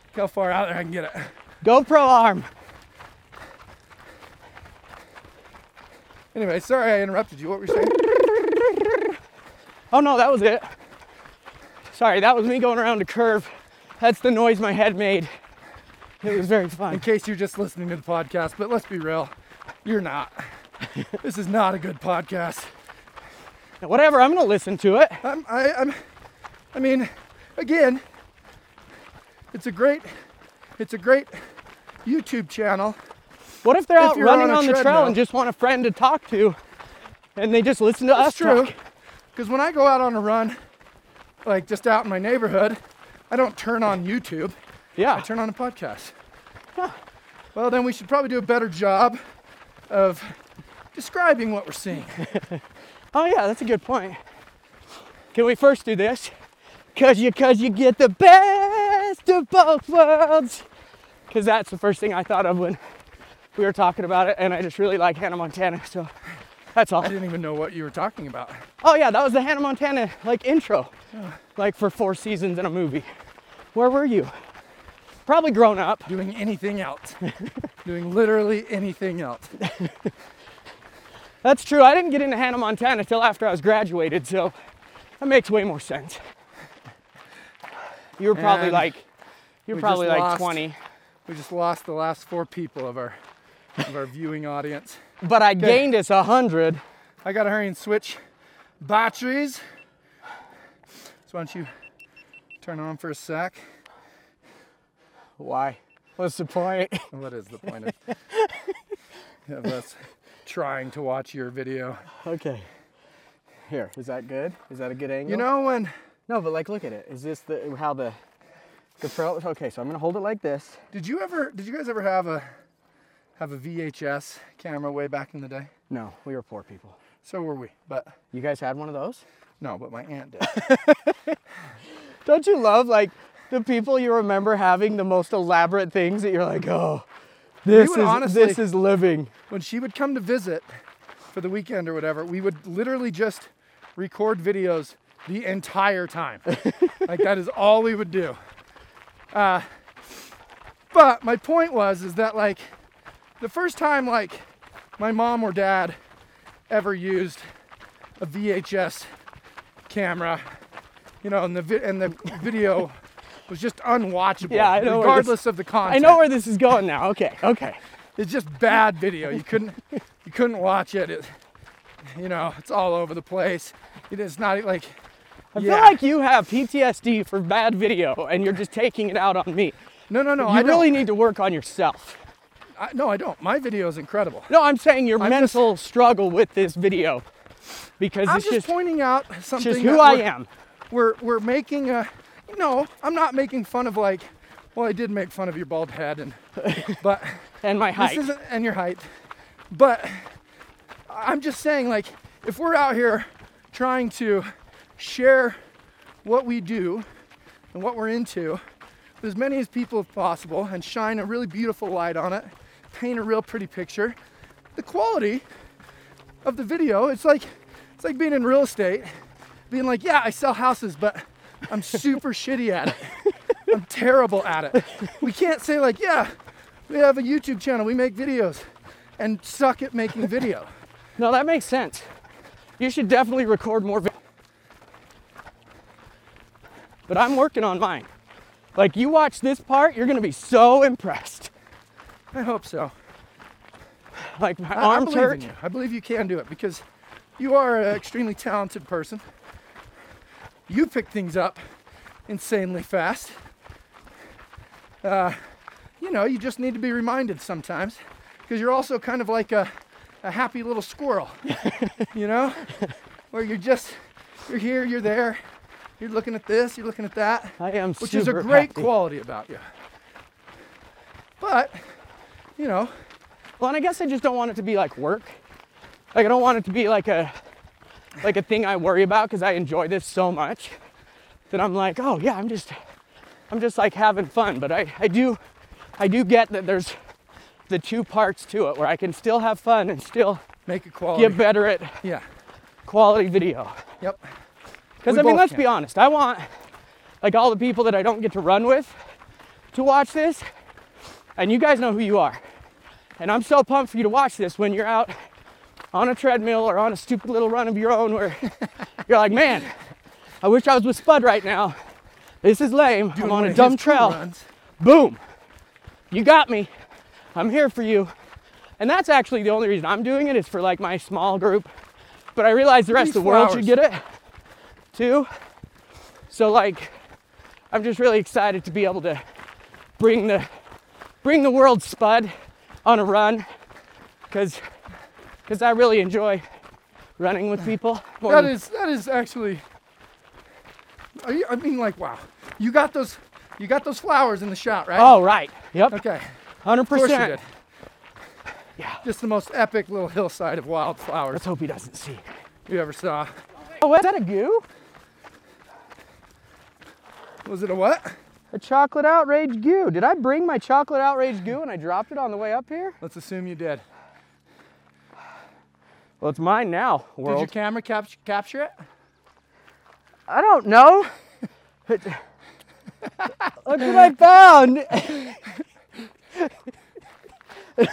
[SPEAKER 1] Look how far out there I can get it.
[SPEAKER 2] GoPro arm.
[SPEAKER 1] Anyway, sorry I interrupted you. What were you saying?
[SPEAKER 2] Oh no, that was it. Sorry, that was me going around a curve. That's the noise my head made. It was very
[SPEAKER 1] In
[SPEAKER 2] fun.
[SPEAKER 1] case you're just listening to the podcast, but let's be real, you're not. this is not a good podcast.
[SPEAKER 2] Whatever, I'm gonna listen to it.
[SPEAKER 1] I'm, I, I'm, I mean, again, it's a great, it's a great YouTube channel.
[SPEAKER 2] What if they're
[SPEAKER 1] If
[SPEAKER 2] out
[SPEAKER 1] you're on
[SPEAKER 2] running
[SPEAKER 1] a
[SPEAKER 2] on, the trail
[SPEAKER 1] treadmill.
[SPEAKER 2] and just want a friend to talk to, and they just listen to
[SPEAKER 1] That's
[SPEAKER 2] us
[SPEAKER 1] true.
[SPEAKER 2] talk?
[SPEAKER 1] Because when I go out on a run, like just out in my neighborhood, I don't turn on YouTube.
[SPEAKER 2] Yeah.
[SPEAKER 1] I turn on a podcast. Well, then we should probably do a better job of describing what we're seeing.
[SPEAKER 2] Oh yeah, that's a good point. Can we first do this? Cause you cause you get the best of both worlds. Cause that's the first thing I thought of when we were talking about it, and I just really like Hannah Montana, so that's all.
[SPEAKER 1] I didn't even know what you were talking about.
[SPEAKER 2] Oh yeah, that was the Hannah Montana like intro. Like for four seasons in a movie. Where were you? Probably grown up.
[SPEAKER 1] Doing anything else. doing literally anything else.
[SPEAKER 2] That's true. I didn't get into Hannah Montana till after I was graduated, so that makes way more sense. You were probably
[SPEAKER 1] And
[SPEAKER 2] like
[SPEAKER 1] we
[SPEAKER 2] you were probably
[SPEAKER 1] just
[SPEAKER 2] like
[SPEAKER 1] lost.
[SPEAKER 2] 20,
[SPEAKER 1] We just lost the last four people of our of our viewing audience.
[SPEAKER 2] but I gained us 100.
[SPEAKER 1] I gotta hurry and switch batteries. So why don't you turn on for a sec?
[SPEAKER 2] Why? What's the point?
[SPEAKER 1] What is the point of, of us trying to watch your video?
[SPEAKER 2] okay. Here, is that good? Is that a good angle?
[SPEAKER 1] You know when
[SPEAKER 2] No, but like look at it. Is this the how the the pro Okay, so I'm going to hold it like this.
[SPEAKER 1] did you ever did you guys ever have a have a VHS camera way back in the day?
[SPEAKER 2] No, we were poor people.
[SPEAKER 1] So were we, but
[SPEAKER 2] You guys had one of those?
[SPEAKER 1] no, but my aunt did.
[SPEAKER 2] Don't you love like the people you remember having the most elaborate things that you're like, oh, this
[SPEAKER 1] would
[SPEAKER 2] is
[SPEAKER 1] honestly-
[SPEAKER 2] this is living.
[SPEAKER 1] when she would come to visit for the weekend or whatever, we would literally just record videos the entire time. like that is all we would do. Uh, but my point was is that like the first time like my mom or dad ever used a VHS camera, you know, and the vi- and the video was just unwatchable,
[SPEAKER 2] Yeah, I know where this-
[SPEAKER 1] regardless of the
[SPEAKER 2] I
[SPEAKER 1] content
[SPEAKER 2] know where this is going now. Okay, okay.
[SPEAKER 1] it's just bad video. You couldn't you couldn't watch it. It- You know, it's all over the place. It is not like
[SPEAKER 2] I
[SPEAKER 1] Yeah.
[SPEAKER 2] feel like you have PTSD for bad video and you're just taking it out on me.
[SPEAKER 1] no no no.
[SPEAKER 2] You
[SPEAKER 1] I
[SPEAKER 2] really
[SPEAKER 1] don't.
[SPEAKER 2] need to work on yourself.
[SPEAKER 1] I, no, I don't. My video is incredible.
[SPEAKER 2] No, I'm saying your
[SPEAKER 1] I'm just-
[SPEAKER 2] mental struggle with this video because
[SPEAKER 1] I'm
[SPEAKER 2] it's
[SPEAKER 1] just,
[SPEAKER 2] just,
[SPEAKER 1] pointing out something.
[SPEAKER 2] just who
[SPEAKER 1] that
[SPEAKER 2] I
[SPEAKER 1] we're-
[SPEAKER 2] am.
[SPEAKER 1] We're we're making a no. I'm not making fun of like. Well, I did make fun of your bald head and but
[SPEAKER 2] And my height.
[SPEAKER 1] This isn't and your height. But I'm just saying, like, if we're out here trying to share what we do and what we're into with as many as people as possible and shine a really beautiful light on it, paint a real pretty picture, the quality of the video, it's like it's like being in real estate, being like, yeah, I sell houses, but I'm super shitty at it. I'm terrible at it. We can't say like, yeah, we have a YouTube channel, we make videos, and suck at making video.
[SPEAKER 2] No, that makes sense. You should definitely record more video. But I'm working on mine. Like you watch this part, you're gonna be so impressed.
[SPEAKER 1] I hope so.
[SPEAKER 2] Like my
[SPEAKER 1] I, I
[SPEAKER 2] arms
[SPEAKER 1] believe
[SPEAKER 2] hurt.
[SPEAKER 1] in you. I believe you can do it because you are an extremely talented person. You pick things up insanely fast. Uh, you know, you just need to be reminded sometimes because you're also kind of like a, a happy little squirrel, you know, where you're just, you're here, you're there, you're looking at this, you're looking at that,
[SPEAKER 2] I am
[SPEAKER 1] which is a
[SPEAKER 2] super
[SPEAKER 1] great
[SPEAKER 2] happy.
[SPEAKER 1] quality about you. But, you know,
[SPEAKER 2] Well, and I guess I just don't want it to be like work. Like I don't want it to be like a like a thing I worry about because I enjoy this so much that I'm like, oh yeah, I'm just I'm just like having fun. But I, I do I do get that there's the two parts to it where I can still have fun and still
[SPEAKER 1] make it quality.
[SPEAKER 2] get better at
[SPEAKER 1] yeah.
[SPEAKER 2] quality video.
[SPEAKER 1] Yep.
[SPEAKER 2] Because
[SPEAKER 1] We
[SPEAKER 2] I mean,
[SPEAKER 1] both
[SPEAKER 2] let's
[SPEAKER 1] can.
[SPEAKER 2] be honest. I want like all the people that I don't get to run with to watch this, and you guys know who you are. And I'm so pumped for you to watch this when you're out on a treadmill or on a stupid little run of your own, where you're like, man, I wish I was with Spud right now. This is lame.
[SPEAKER 1] Doing
[SPEAKER 2] I'm on
[SPEAKER 1] one
[SPEAKER 2] a
[SPEAKER 1] of
[SPEAKER 2] dumb
[SPEAKER 1] his cool
[SPEAKER 2] trail.
[SPEAKER 1] runs.
[SPEAKER 2] Boom. You got me. I'm here for you. And that's actually the only reason I'm doing it is for like my small group. But I realize the rest of the world should
[SPEAKER 1] flowers.
[SPEAKER 2] get it too. So like I'm just really excited to be able to bring the bring the world spud on a run cuz cuz I really enjoy running with people. more
[SPEAKER 1] That
[SPEAKER 2] than-
[SPEAKER 1] is that is actually. Are you, I mean, like, wow, you got those, you got those flowers in the shot, right?
[SPEAKER 2] oh right. Yep.
[SPEAKER 1] Okay.
[SPEAKER 2] 100%.
[SPEAKER 1] Of course you did.
[SPEAKER 2] Yeah.
[SPEAKER 1] Just the most epic little hillside of wildflowers
[SPEAKER 2] Let's hope he doesn't see.
[SPEAKER 1] you ever saw.
[SPEAKER 2] Oh, what? is that a goo?
[SPEAKER 1] Was it a what?
[SPEAKER 2] A chocolate outrage goo. Did I bring my chocolate outrage goo and I dropped it on the way up here?
[SPEAKER 1] Let's assume you did.
[SPEAKER 2] Well, it's mine now,
[SPEAKER 1] Did your
[SPEAKER 2] world.
[SPEAKER 1] camera cap- capture it?
[SPEAKER 2] I don't know. It- Look what I found.
[SPEAKER 1] I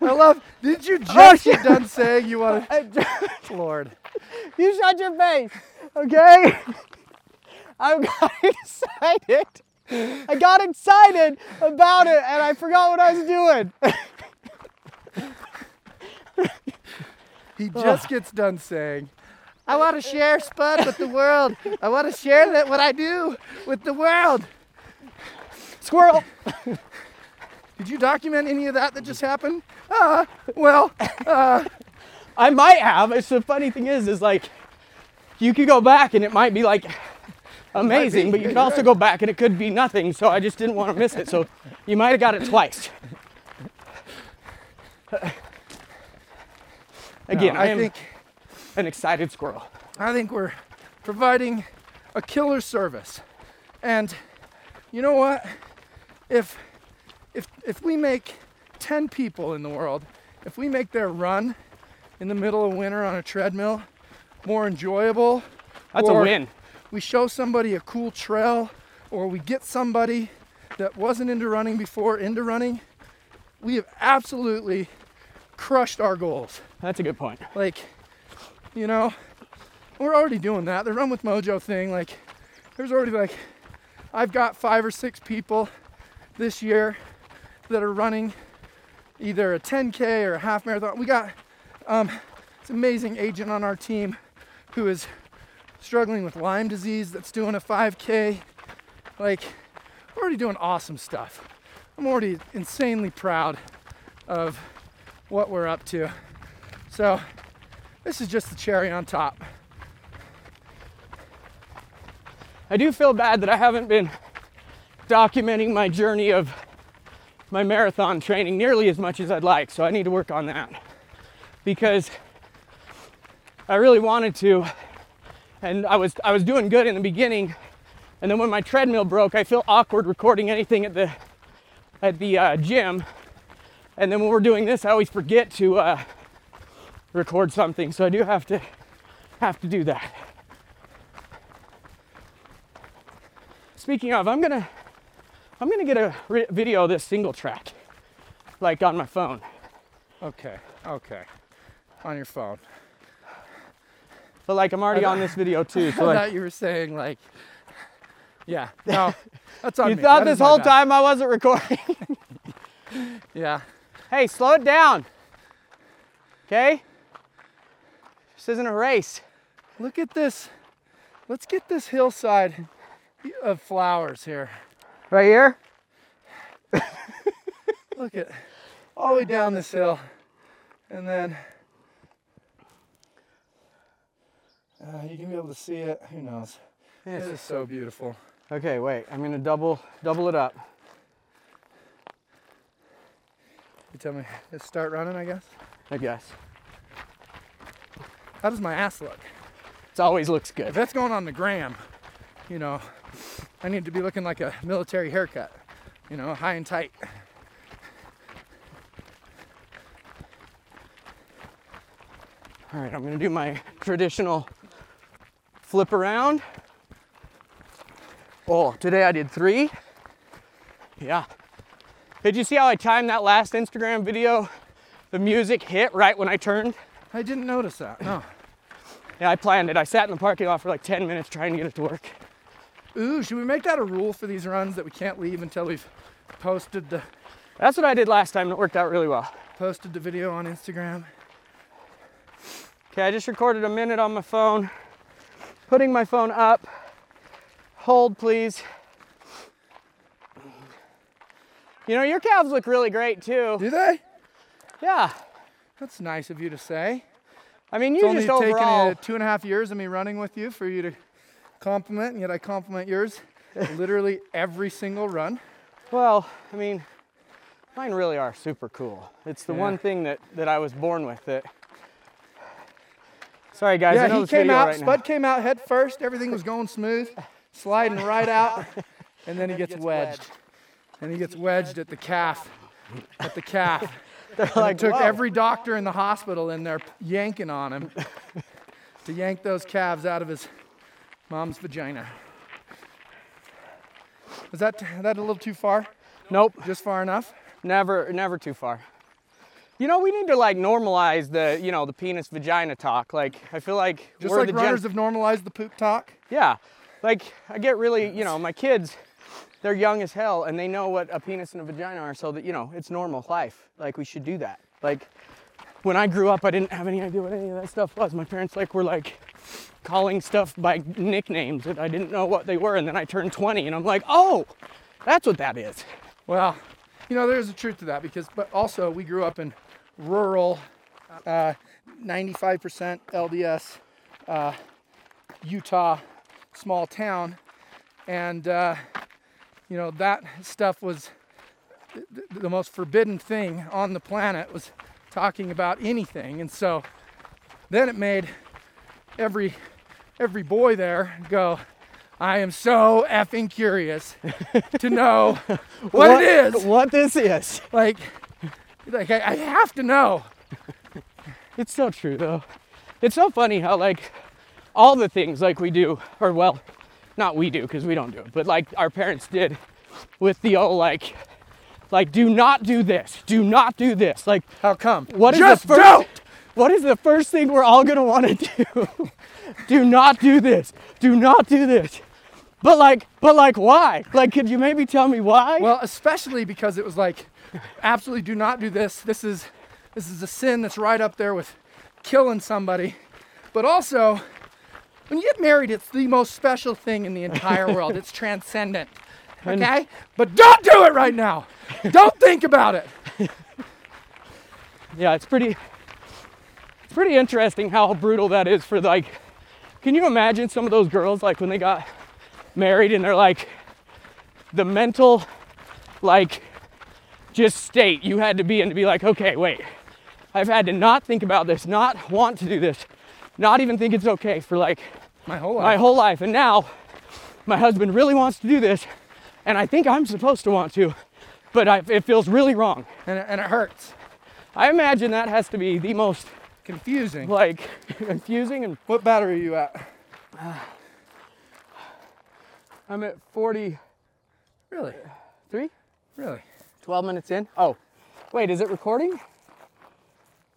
[SPEAKER 1] love. Did you just
[SPEAKER 2] shit.
[SPEAKER 1] get done saying you want to? Lord.
[SPEAKER 2] you shut your face, okay? I got excited. I got excited about it and I forgot what I was doing.
[SPEAKER 1] He just gets done saying, I want to share Spud with the world. I want to share that what I do with the world.
[SPEAKER 2] Squirrel.
[SPEAKER 1] Did you document any of that that just happened? Uh, well,
[SPEAKER 2] I might have. It's the funny thing is, is like you could go back and it might be like amazing, but you could also go back and it could be nothing. So I just didn't want to miss it. So you might have got it twice. Again, I,
[SPEAKER 1] I
[SPEAKER 2] am
[SPEAKER 1] think
[SPEAKER 2] an excited squirrel.
[SPEAKER 1] I think we're providing a killer service. And you know what? If if if we make 10 people in the world, if we make their run in the middle of winter on a treadmill more enjoyable,
[SPEAKER 2] That's
[SPEAKER 1] or
[SPEAKER 2] a win.
[SPEAKER 1] we show somebody a cool trail or we get somebody that wasn't into running before into running, we have absolutely crushed our goals.
[SPEAKER 2] That's a good point.
[SPEAKER 1] Like, you know, we're already doing that. The Run with Mojo thing, like, there's already like, I've got five or six people this year that are running either a 10K or a half marathon. We got um, this amazing agent on our team who is struggling with Lyme disease that's doing a 5K. Like, we're already doing awesome stuff. I'm already insanely proud of what we're up to. So, this is just the cherry on top.
[SPEAKER 2] I do feel bad that I haven't been documenting my journey of my marathon training nearly as much as I'd like, so I need to work on that because I really wanted to and I was I was doing good in the beginning and then when my treadmill broke, I feel awkward recording anything at the at the uh, gym. And then when we're doing this, I always forget to uh, record something, so I do have to have to do that. speaking of i'm gonna i'm gonna get a re- video of this single track like on my phone
[SPEAKER 1] Okay, okay. On your phone.
[SPEAKER 2] but like i'm already on this video too so
[SPEAKER 1] I
[SPEAKER 2] like
[SPEAKER 1] thought you were saying like, yeah. No, that's on
[SPEAKER 2] you
[SPEAKER 1] me.
[SPEAKER 2] thought
[SPEAKER 1] That
[SPEAKER 2] this
[SPEAKER 1] is my
[SPEAKER 2] whole
[SPEAKER 1] bad.
[SPEAKER 2] time i wasn't recording
[SPEAKER 1] Yeah.
[SPEAKER 2] hey slow it down okay this isn't a race
[SPEAKER 1] Look at this. Let's get this hillside of flowers here.
[SPEAKER 2] right here
[SPEAKER 1] Look at all the way down this hill, and then uh, you can be able to see it. Who knows? This is so beautiful.
[SPEAKER 2] okay wait i'm gonna double double it up
[SPEAKER 1] You tell me, let's start running, I guess.
[SPEAKER 2] I guess.
[SPEAKER 1] How does my ass look?
[SPEAKER 2] It always looks
[SPEAKER 1] If
[SPEAKER 2] good.
[SPEAKER 1] that's going on the gram, you know, I need to be looking like a military haircut, you know, high and tight.
[SPEAKER 2] All right, I'm gonna do my traditional flip around. Oh, today I did three. Yeah. Did you see how I timed that last Instagram video? The music hit right when I turned.
[SPEAKER 1] I didn't notice that. No.
[SPEAKER 2] Yeah, I planned it. I sat in the parking lot for like 10 minutes trying to get it to work.
[SPEAKER 1] Ooh, should we make that a rule for these runs that we can't leave until we've posted the
[SPEAKER 2] That's what I did last time, and it worked out really well.
[SPEAKER 1] posted the video on Instagram?
[SPEAKER 2] Okay, I just recorded a minute on my phone. Putting my phone up. Hold, please. You know, your calves look really great too.
[SPEAKER 1] Do they?
[SPEAKER 2] Yeah.
[SPEAKER 1] That's nice of you to say.
[SPEAKER 2] I mean,
[SPEAKER 1] It's
[SPEAKER 2] you
[SPEAKER 1] only
[SPEAKER 2] just
[SPEAKER 1] taken
[SPEAKER 2] overall.
[SPEAKER 1] uh, two and a half years of me running with you for you to compliment, and yet I compliment yours literally every single run.
[SPEAKER 2] Well, I mean, mine really are super cool. It's the
[SPEAKER 1] Yeah.
[SPEAKER 2] one thing that, that I was born with that. Sorry, guys. I
[SPEAKER 1] yeah,
[SPEAKER 2] know
[SPEAKER 1] he
[SPEAKER 2] this
[SPEAKER 1] came
[SPEAKER 2] video
[SPEAKER 1] out.
[SPEAKER 2] right now.
[SPEAKER 1] Spud came out head first. Everything was going smooth, sliding right out, and then he gets, wedged. And he gets wedged at the calf. At the calf.
[SPEAKER 2] They're
[SPEAKER 1] I
[SPEAKER 2] like,
[SPEAKER 1] took
[SPEAKER 2] "Whoa."
[SPEAKER 1] every doctor in the hospital in there yanking on him to yank those calves out of his mom's vagina. Was that that a little too far?
[SPEAKER 2] Nope.
[SPEAKER 1] Just far enough?
[SPEAKER 2] Never, never too far. You know, we need to like normalize the, you know, the penis vagina talk. Like, I feel like
[SPEAKER 1] Just
[SPEAKER 2] we're
[SPEAKER 1] like
[SPEAKER 2] the gen-
[SPEAKER 1] runners have normalized the poop talk.
[SPEAKER 2] yeah, like I get really, you know, my kids, they're young as hell and they know what a penis and a vagina are, so that you know, it's normal life. Like we should do that. Like when I grew up, I didn't have any idea what any of that stuff was. My parents like were like calling stuff by nicknames that I didn't know what they were, and then I turned 20 and I'm like, oh, that's what that is.
[SPEAKER 1] Well, you know, there's a truth to that because, but also we grew up in rural, uh, 95% LDS, uh, Utah, small town, and uh, you know that stuff was th- th- the most forbidden thing on the planet was talking about anything, and so then it made every every boy there go. I am so effing curious to know what it is
[SPEAKER 2] What this is.
[SPEAKER 1] like like I, I have to know
[SPEAKER 2] It's so true though. It's so funny how like all the things like we do, or well, not we do because we don't do it, but like our parents did with the oh like, like do not do this, do not do this. Like
[SPEAKER 1] how come
[SPEAKER 2] what is
[SPEAKER 1] just
[SPEAKER 2] the 1st
[SPEAKER 1] don't
[SPEAKER 2] What is the first thing we're all gonna want to do? do not do this. Do not do this. But like, but like, why? Like, could you maybe tell me why?
[SPEAKER 1] well especially because it was like absolutely do not do this this is this is a sin that's right up there with killing somebody but also when you get married it's the most special thing in the entire world it's transcendent okay but don't do it right now don't think about it
[SPEAKER 2] yeah, it's pretty it's pretty interesting how brutal that is for like can you imagine some of those girls like when they got married and they're like the mental like just state you had to be in to be like, okay, wait. I've had to not think about this, not want to do this, not even think it's okay for like
[SPEAKER 1] my whole
[SPEAKER 2] my
[SPEAKER 1] life
[SPEAKER 2] whole life. And now my husband really wants to do this, and I think I'm supposed to want to, but I, it feels really wrong.
[SPEAKER 1] and, it- and it hurts
[SPEAKER 2] I imagine that has to be the most
[SPEAKER 1] confusing
[SPEAKER 2] like confusing and
[SPEAKER 1] what battery are you at
[SPEAKER 2] I'm at 43,
[SPEAKER 1] really really
[SPEAKER 2] 12 minutes in. Oh, wait, is it recording?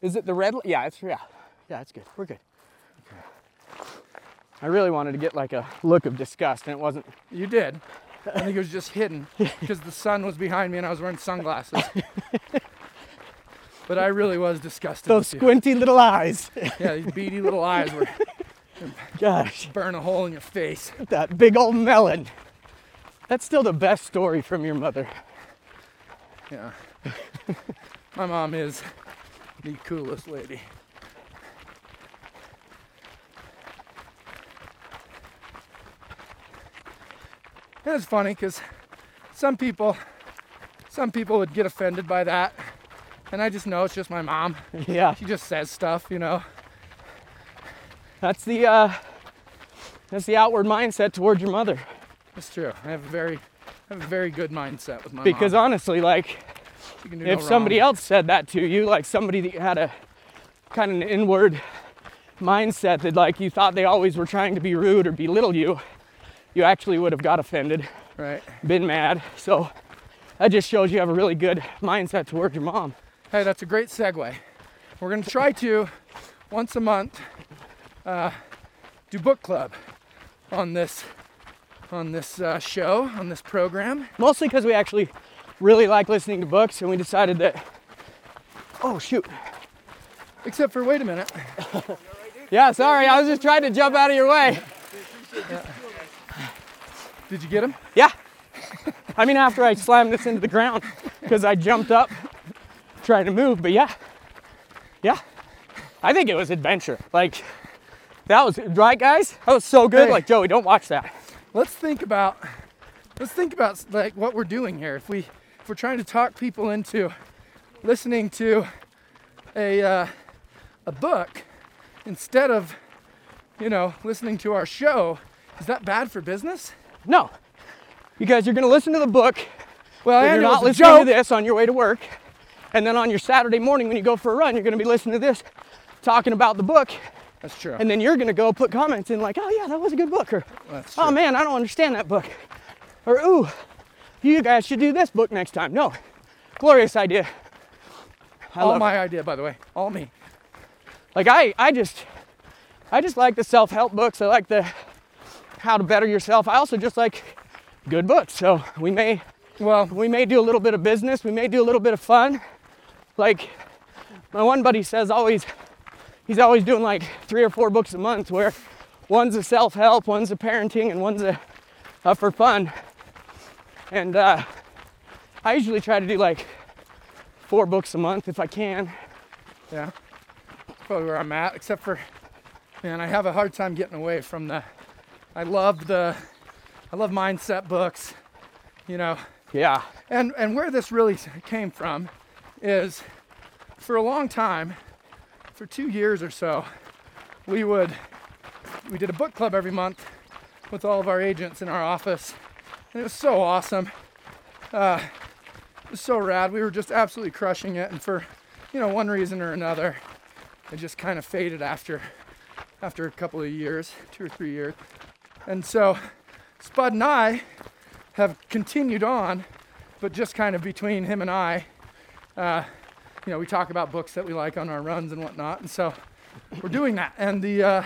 [SPEAKER 2] Is it the red? li- Yeah, it's yeah, yeah, it's good. We're good. I really wanted to get like a look of disgust, and it wasn't.
[SPEAKER 1] You did. I think it was just hidden because the sun was behind me and I was wearing sunglasses. but I really was disgusted.
[SPEAKER 2] Those
[SPEAKER 1] with you.
[SPEAKER 2] squinty little eyes.
[SPEAKER 1] Yeah, these beady little eyes were
[SPEAKER 2] Gosh,
[SPEAKER 1] burn a hole in your face.
[SPEAKER 2] that big old melon. That's still the best story from your mother.
[SPEAKER 1] Yeah. My mom is the coolest lady. And it's funny because some people, some people would get offended by that, And I just know it's just my mom.
[SPEAKER 2] Yeah,
[SPEAKER 1] She just says stuff, you know.
[SPEAKER 2] that's the uh, that's the outward mindset toward your mother.
[SPEAKER 1] It's true. I have a very, I have a very good mindset with my
[SPEAKER 2] Because
[SPEAKER 1] mom.
[SPEAKER 2] honestly, like
[SPEAKER 1] You can do
[SPEAKER 2] if
[SPEAKER 1] no
[SPEAKER 2] somebody
[SPEAKER 1] wrong.
[SPEAKER 2] else said that to you, like somebody that had a kind of an inward mindset that like you thought they always were trying to be rude or belittle you, you actually would have got offended,
[SPEAKER 1] right?
[SPEAKER 2] been mad. So that just shows you have a really good mindset toward your mom.
[SPEAKER 1] Hey, that's a great segue. We're gonna try to, once a month, uh, do book club on this, on this uh, show, on this program.
[SPEAKER 2] Mostly because we actually really like listening to books and we decided that oh shoot.
[SPEAKER 1] Except for, wait a minute.
[SPEAKER 2] Yeah, sorry, I was just trying to jump out of your way.
[SPEAKER 1] Did you get him?
[SPEAKER 2] Yeah. I mean, after I slammed this into the ground because I jumped up trying to move, but yeah. Yeah. I think it was adventure. Like, that was, right, guys? That was so good.
[SPEAKER 1] Hey.
[SPEAKER 2] Like, Joey, don't watch that.
[SPEAKER 1] Let's think about, let's think about like what we're doing here. If we, if we're trying to talk people into listening to a, uh, a book instead of, you know, listening to our show, is that bad for business?
[SPEAKER 2] No. Because you're going to listen to the book.
[SPEAKER 1] Well,
[SPEAKER 2] If you're
[SPEAKER 1] Andy,
[SPEAKER 2] not
[SPEAKER 1] it was a
[SPEAKER 2] listening to
[SPEAKER 1] joke.
[SPEAKER 2] this on your way to work. And then on your Saturday morning when you go for a run, you're going to be listening to this, talking about the book.
[SPEAKER 1] That's true.
[SPEAKER 2] And then you're going to go put comments in, like, oh, yeah, that was a good book. Or,
[SPEAKER 1] That's
[SPEAKER 2] oh
[SPEAKER 1] true.
[SPEAKER 2] man, I don't understand that book. Or, ooh, you guys should do this book next time. No, glorious idea. I
[SPEAKER 1] All
[SPEAKER 2] love
[SPEAKER 1] Oh, my
[SPEAKER 2] it.
[SPEAKER 1] idea, by the way. All me.
[SPEAKER 2] Like, I, I just, I just like the self help books. I like the how to better yourself. I also just like good books. So we may,
[SPEAKER 1] Well,
[SPEAKER 2] we may do a little bit of business. We may do a little bit of fun. Like, my one buddy says always, he's always doing like three or four books a month where one's a self help, one's a parenting, and one's a, a for fun. And uh, I usually try to do like four books a month if I can.
[SPEAKER 1] yeah. Probably where I'm at, except for, man, I have a hard time getting away from the. I love the, I love mindset books, you know,
[SPEAKER 2] Yeah.
[SPEAKER 1] and and where this really came from, is, for a long time, for two years or so, we would, we did a book club every month, with all of our agents in our office, and it was so awesome. Uh, was so rad. We were just absolutely crushing it, and for you know one reason or another, it just kind of faded after after a couple of years, two or three years. And so Spud and I have continued on, but just kind of between him and I, uh, you know, we talk about books that we like on our runs and whatnot, and so we're doing that. And the uh,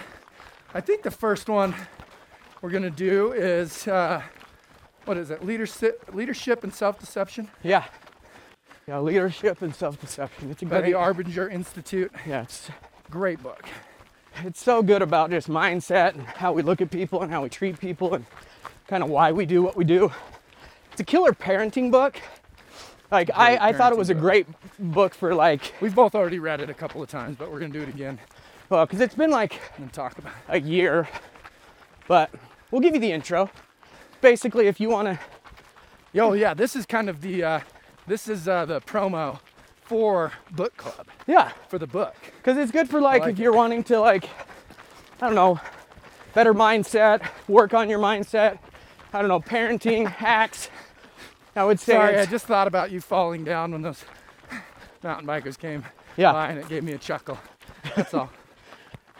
[SPEAKER 1] I think the first one we're gonna do is uh, what is it? Leadership, leadership and self-deception.
[SPEAKER 2] Yeah. Yeah, leadership and self deception. It's a
[SPEAKER 1] by
[SPEAKER 2] good
[SPEAKER 1] the Arbinger Institute.
[SPEAKER 2] Yeah, it's,
[SPEAKER 1] Great book.
[SPEAKER 2] it's so good about just mindset and how we look at people and how we treat people and kind of why we do what we do. It's a killer parenting book. Like I, I thought it
[SPEAKER 1] parenting
[SPEAKER 2] was a
[SPEAKER 1] book.
[SPEAKER 2] great book for like
[SPEAKER 1] We've both already read it a couple of times, but we're gonna do it again
[SPEAKER 2] well, because it's been like
[SPEAKER 1] and talk about it.
[SPEAKER 2] a year, but we'll give you the intro. Basically, if you want to,
[SPEAKER 1] Yo, yeah, this is kind of the uh, this is uh, the promo for book club
[SPEAKER 2] yeah,
[SPEAKER 1] for the book.
[SPEAKER 2] because it's good for like,
[SPEAKER 1] like
[SPEAKER 2] if
[SPEAKER 1] it.
[SPEAKER 2] you're wanting to like, I don't know, better mindset, work on your mindset. I don't know, parenting hacks. I would say,
[SPEAKER 1] Sorry, I
[SPEAKER 2] it's-
[SPEAKER 1] just thought about you falling down when those mountain bikers came
[SPEAKER 2] yeah.
[SPEAKER 1] by, and it gave me a chuckle. That's all.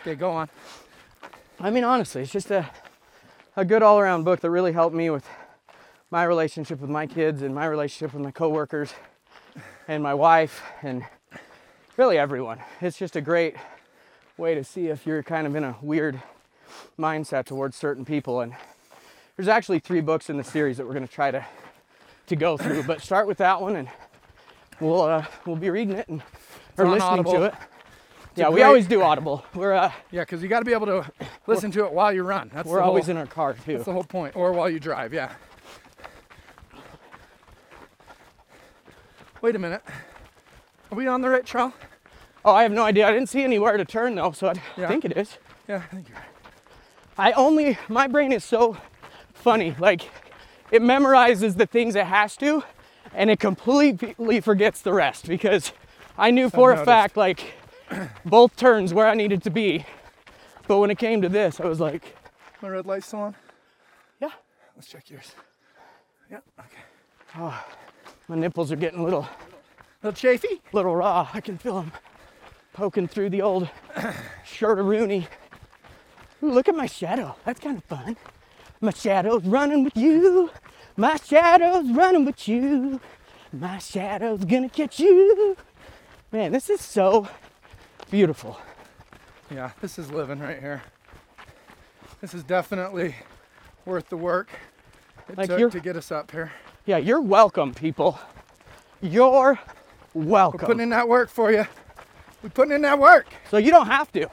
[SPEAKER 1] okay, go on.
[SPEAKER 2] I mean, honestly, it's just a, a good all around book that really helped me with my relationship with my kids and my relationship with my coworkers and my wife and really everyone. It's just a great way to see if you're kind of in a weird mindset towards certain people. And there's actually three books in the series that we're going to try to, to go through, but start with that one and we'll, uh, we'll be reading it and or
[SPEAKER 1] on
[SPEAKER 2] listening to
[SPEAKER 1] Audible.
[SPEAKER 2] it. yeah, we
[SPEAKER 1] great-
[SPEAKER 2] always do Audible. We're, uh,
[SPEAKER 1] Yeah, because you got to be able to listen to it while you run. That's
[SPEAKER 2] we're
[SPEAKER 1] the
[SPEAKER 2] always
[SPEAKER 1] whole,
[SPEAKER 2] in our car too.
[SPEAKER 1] That's the whole point, or while you drive. Yeah. Wait a minute. Are we on the right trail?
[SPEAKER 2] Oh, I have no idea. I didn't see anywhere to turn though, so I
[SPEAKER 1] Yeah.
[SPEAKER 2] think it is.
[SPEAKER 1] Yeah, I think you're right.
[SPEAKER 2] I only, my brain is so funny. Like, it memorizes the things it has to, and it completely forgets the rest because I knew for a
[SPEAKER 1] noticed.
[SPEAKER 2] fact, like, both turns where I needed to be. But when it came to this, I was like,
[SPEAKER 1] My red light's still on?
[SPEAKER 2] yeah,
[SPEAKER 1] Let's check yours. Yeah, okay.
[SPEAKER 2] my nipples are getting a little,
[SPEAKER 1] Little chafy?
[SPEAKER 2] little raw. I can feel them poking through the old shirt of Rooney. Ooh, look at my shadow. That's kind of fun. My shadow's running with you. My shadow's running with you. My shadow's gonna catch you. Man, this is so beautiful.
[SPEAKER 1] Yeah, this is living right here. This is definitely worth the work it
[SPEAKER 2] Like you're- Oh.
[SPEAKER 1] took to get us up here.
[SPEAKER 2] Yeah, you're welcome, people. You're
[SPEAKER 1] We're
[SPEAKER 2] welcome.
[SPEAKER 1] putting in that work for you. We're putting in that work.
[SPEAKER 2] so you don't have to.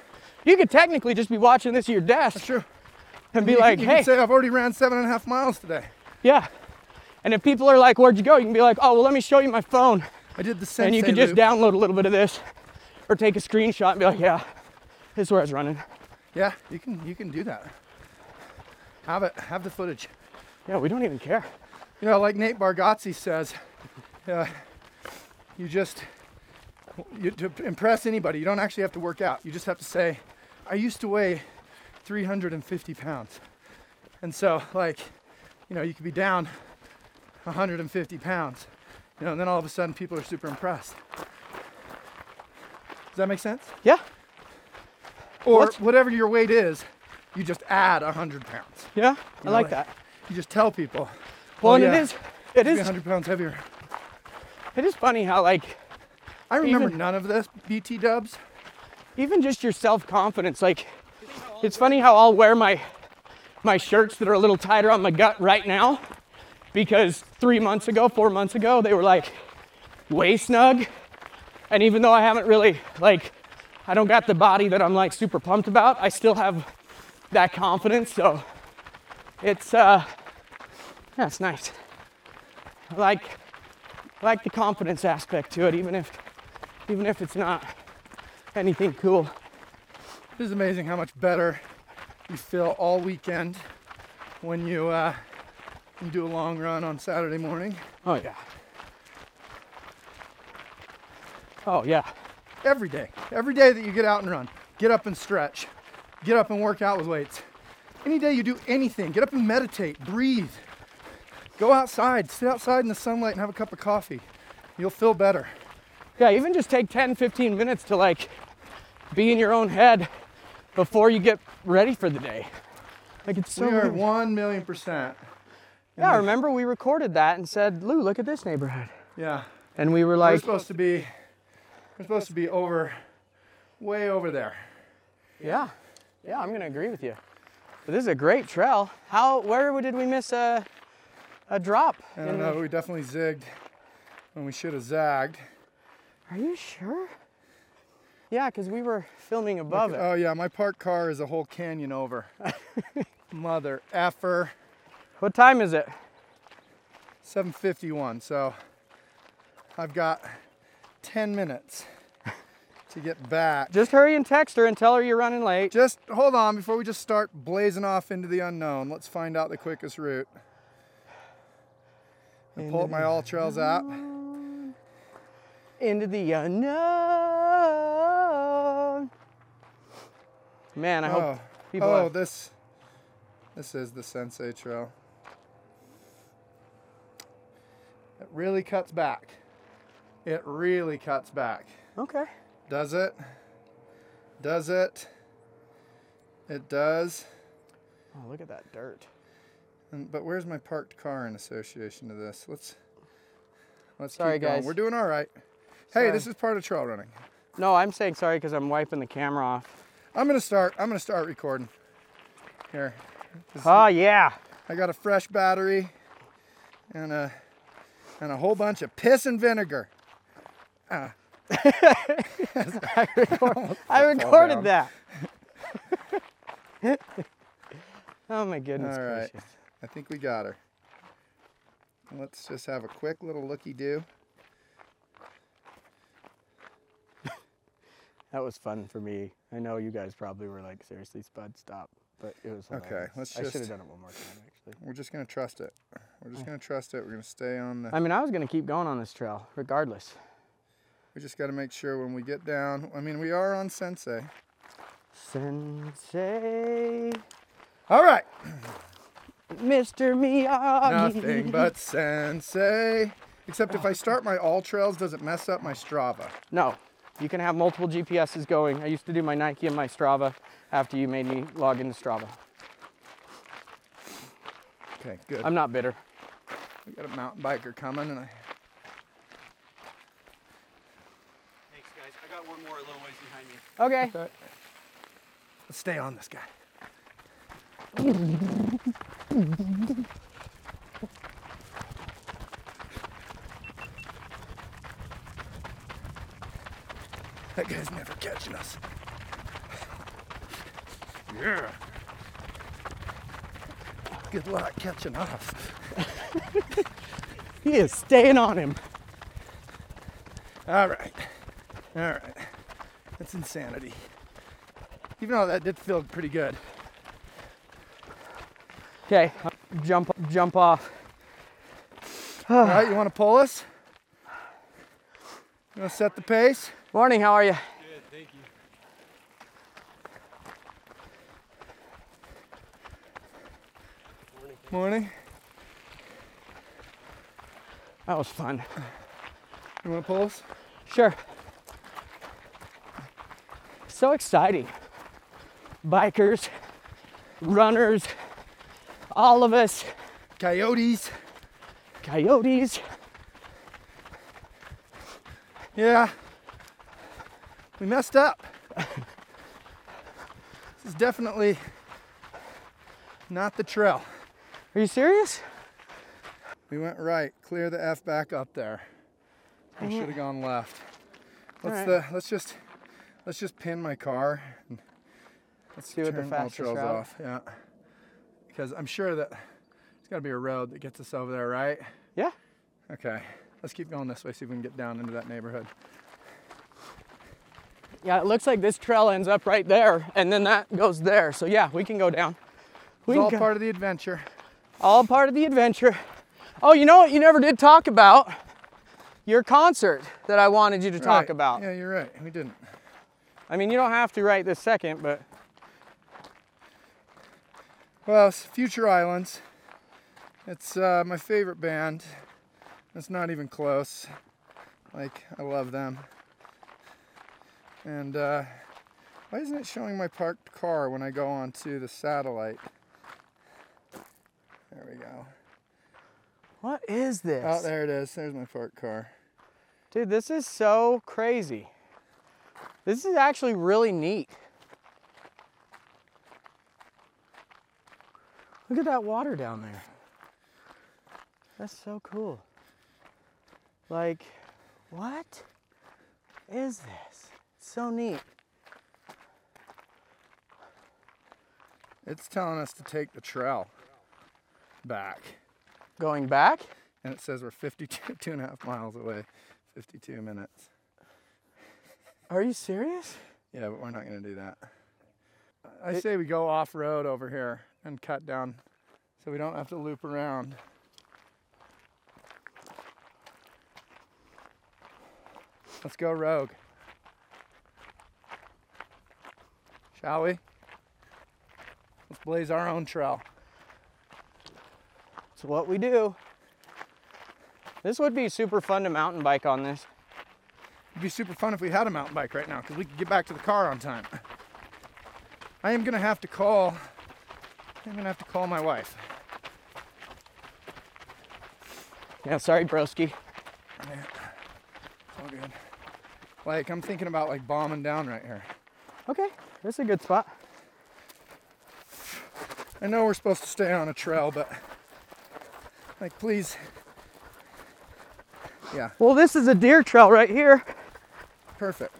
[SPEAKER 2] You could technically just be watching this at your desk
[SPEAKER 1] True.
[SPEAKER 2] and be
[SPEAKER 1] You-
[SPEAKER 2] like,
[SPEAKER 1] you
[SPEAKER 2] hey,
[SPEAKER 1] can say I've already ran seven and a half miles today.
[SPEAKER 2] yeah. And if people are like, where'd you go? You can be like, oh, well, let me show you my phone.
[SPEAKER 1] I did the same.
[SPEAKER 2] And you can just download a little bit of this or take a screenshot and be like, yeah, this is where I was running.
[SPEAKER 1] Yeah, you can. You can do that. Have it. Have the footage.
[SPEAKER 2] Yeah, we don't even care.
[SPEAKER 1] You know, like Nate Bargatze says, uh, you just you, to impress anybody, you don't actually have to work out. You just have to say, "I used to weigh 350 pounds," and so like, you know, you could be down 150 pounds, you know, and then all of a sudden people are super impressed. Does that make sense?
[SPEAKER 2] Yeah,
[SPEAKER 1] Or
[SPEAKER 2] What?
[SPEAKER 1] whatever your weight is, you just add 100 pounds.
[SPEAKER 2] yeah, I
[SPEAKER 1] know,
[SPEAKER 2] like
[SPEAKER 1] like-
[SPEAKER 2] that.
[SPEAKER 1] You just tell people,
[SPEAKER 2] Well,
[SPEAKER 1] oh,
[SPEAKER 2] and
[SPEAKER 1] yeah,
[SPEAKER 2] it is, it
[SPEAKER 1] "Be
[SPEAKER 2] is,
[SPEAKER 1] 100 pounds heavier."
[SPEAKER 2] it is funny how like
[SPEAKER 1] I remember
[SPEAKER 2] Even-
[SPEAKER 1] none of this, BT dubs.
[SPEAKER 2] even just your self-confidence like it's funny how i'll wear my my shirts that are a little tighter on my gut right now because three months ago four months ago they were like way snug and even though i haven't really like i don't got the body that i'm like super pumped about i still have that confidence so it's uh that's nice I like I like the confidence aspect to it even if even if it's not anything cool
[SPEAKER 1] It is amazing how much better you feel all weekend when you, uh, you do a long run on Saturday morning.
[SPEAKER 2] Oh yeah. Oh yeah.
[SPEAKER 1] Every day, every day that you get out and run, get up and stretch, get up and work out with weights. Any day you do anything, get up and meditate, breathe, go outside, sit outside in the sunlight and have a cup of coffee. You'll feel better.
[SPEAKER 2] Yeah, even just take 10, 15 minutes to like be in your own head before you get ready for the day. Like it's so
[SPEAKER 1] we are
[SPEAKER 2] weird.
[SPEAKER 1] one million percent.
[SPEAKER 2] Yeah, I remember we recorded that and said, Lou, look at this neighborhood.
[SPEAKER 1] Yeah.
[SPEAKER 2] And we were
[SPEAKER 1] We're
[SPEAKER 2] like,
[SPEAKER 1] supposed to be we're supposed to be over way over there.
[SPEAKER 2] Yeah, yeah, I'm gonna agree with you. But this is a great trail. How where did we miss a a drop?
[SPEAKER 1] I
[SPEAKER 2] in
[SPEAKER 1] don't
[SPEAKER 2] the-
[SPEAKER 1] know, we definitely zigged when we should have zagged.
[SPEAKER 2] Are you sure? Yeah, because we were filming above it.
[SPEAKER 1] Oh yeah, my parked car is a whole canyon over. Mother effer.
[SPEAKER 2] What time is it?
[SPEAKER 1] 751, so I've got 10 minutes to get back.
[SPEAKER 2] Just hurry and text her and tell her you're running late.
[SPEAKER 1] Just hold on before we just start blazing off into the unknown. Let's find out the quickest route. And pull up my All Trails app.
[SPEAKER 2] into the unknown. Man, I hope
[SPEAKER 1] Oh,
[SPEAKER 2] people.
[SPEAKER 1] oh
[SPEAKER 2] have-
[SPEAKER 1] this this is the Sensei Trail. It really cuts back. It really cuts back.
[SPEAKER 2] okay.
[SPEAKER 1] Does it? Does it? It does.
[SPEAKER 2] Oh, look at that dirt.
[SPEAKER 1] And, but where's my parked car in association to this? Let's let's
[SPEAKER 2] Sorry,
[SPEAKER 1] keep going.
[SPEAKER 2] guys.
[SPEAKER 1] We're doing all right. Hey, this is part of trail running.
[SPEAKER 2] No, I'm saying sorry because I'm wiping the camera off.
[SPEAKER 1] I'm gonna start. I'm gonna start recording. Here,
[SPEAKER 2] Oh yeah.
[SPEAKER 1] I got a fresh battery and a and a whole bunch of piss and vinegar.
[SPEAKER 2] I
[SPEAKER 1] down.
[SPEAKER 2] recorded that. oh my goodness
[SPEAKER 1] All right.
[SPEAKER 2] gracious.
[SPEAKER 1] I think we got her. Let's just have a quick little looky do.
[SPEAKER 2] That was fun for me. I know you guys probably were like, seriously, Spud, stop. But it was
[SPEAKER 1] Okay,
[SPEAKER 2] hilarious.
[SPEAKER 1] let's
[SPEAKER 2] I should have
[SPEAKER 1] just-
[SPEAKER 2] done it one more time actually.
[SPEAKER 1] We're just gonna trust it. We're just gonna trust it. We're gonna stay on the.
[SPEAKER 2] I mean I was gonna keep going on this trail, regardless.
[SPEAKER 1] We just got to make sure when we get down. I mean, we are on Sensei.
[SPEAKER 2] Sensei,
[SPEAKER 1] All right.
[SPEAKER 2] Mr. Miyagi.
[SPEAKER 1] Nothing but Sensei. Except if I start my all trails, does it mess up my Strava?
[SPEAKER 2] No, you can have multiple GPSs going. I used to do my Nike and my Strava after you made me log into Strava.
[SPEAKER 1] Okay, good.
[SPEAKER 2] I'm not bitter.
[SPEAKER 1] we got a mountain biker coming, and I
[SPEAKER 3] Thanks, guys. I got one more a little ways behind me.
[SPEAKER 2] Okay.
[SPEAKER 1] Let's stay on this guy. That guy's never catching us. Yeah. Good luck catching us.
[SPEAKER 2] He is staying on him.
[SPEAKER 1] All right. All right. That's insanity. Even though that did feel pretty good.
[SPEAKER 2] Okay, jump, jump off.
[SPEAKER 1] All right, you want to pull us? You want to set the pace?
[SPEAKER 2] Morning, how are you?
[SPEAKER 3] Good, thank you.
[SPEAKER 1] Morning.
[SPEAKER 2] That was fun.
[SPEAKER 1] You want to pull us?
[SPEAKER 2] Sure. So exciting. Bikers, runners, all of us,
[SPEAKER 1] Coyotes.
[SPEAKER 2] coyotes.
[SPEAKER 1] Yeah. We messed up. this is definitely not the trail.
[SPEAKER 2] Are you serious?
[SPEAKER 1] We went right. Clear the F back up there. We should have gone left. Let's
[SPEAKER 2] Alright.
[SPEAKER 1] the, let's just let's just pin my car and let's
[SPEAKER 2] Do it the
[SPEAKER 1] turn all
[SPEAKER 2] fastest
[SPEAKER 1] trails
[SPEAKER 2] route.
[SPEAKER 1] off. Yeah. Because I'm sure that there's gotta be a road that gets us over there, right?
[SPEAKER 2] Yeah.
[SPEAKER 1] Okay. Let's keep going this way, see if we can get down into that neighborhood.
[SPEAKER 2] Yeah, it looks like this trail ends up right there, and then that goes there. So yeah, we can go down. We
[SPEAKER 1] It's
[SPEAKER 2] can
[SPEAKER 1] all
[SPEAKER 2] go-
[SPEAKER 1] part of the adventure.
[SPEAKER 2] all part of the adventure. Oh, you know what? You never did talk about your concert that I wanted you to talk
[SPEAKER 1] Right.
[SPEAKER 2] about.
[SPEAKER 1] Yeah, you're right. We didn't.
[SPEAKER 2] I mean, you don't have to right this second, but
[SPEAKER 1] Well, it's Future Islands. It's uh, my favorite band. It's not even close. Like, I love them. And uh, why isn't it showing my parked car when I go onto the satellite? There we go.
[SPEAKER 2] what is this?
[SPEAKER 1] Oh, there it is. There's my parked car.
[SPEAKER 2] Dude, this is so crazy. This is actually really neat. Look at that water down there. That's so cool. Like, what is this? It's so neat.
[SPEAKER 1] It's telling us to take the trail back.
[SPEAKER 2] Going back?
[SPEAKER 1] And it says we're 52 two and a half miles away, 52 minutes.
[SPEAKER 2] Are you serious?
[SPEAKER 1] Yeah, but we're not gonna do that. I- I say we go off road over here and cut down, so we don't have to loop around. Let's go rogue. Shall we? Let's blaze our own trail.
[SPEAKER 2] It's what we do. This would be super fun to mountain bike on this.
[SPEAKER 1] It'd be super fun if we had a mountain bike right now, because we could get back to the car on time. I am gonna have to call. I'm gonna have to call my wife.
[SPEAKER 2] Yeah, sorry, broski.
[SPEAKER 1] All good. Like I'm thinking about like bombing down right here.
[SPEAKER 2] Okay, this is a good spot.
[SPEAKER 1] I know we're supposed to stay on a trail, but like please. Yeah,
[SPEAKER 2] Well, this is a deer trail right here.
[SPEAKER 1] perfect.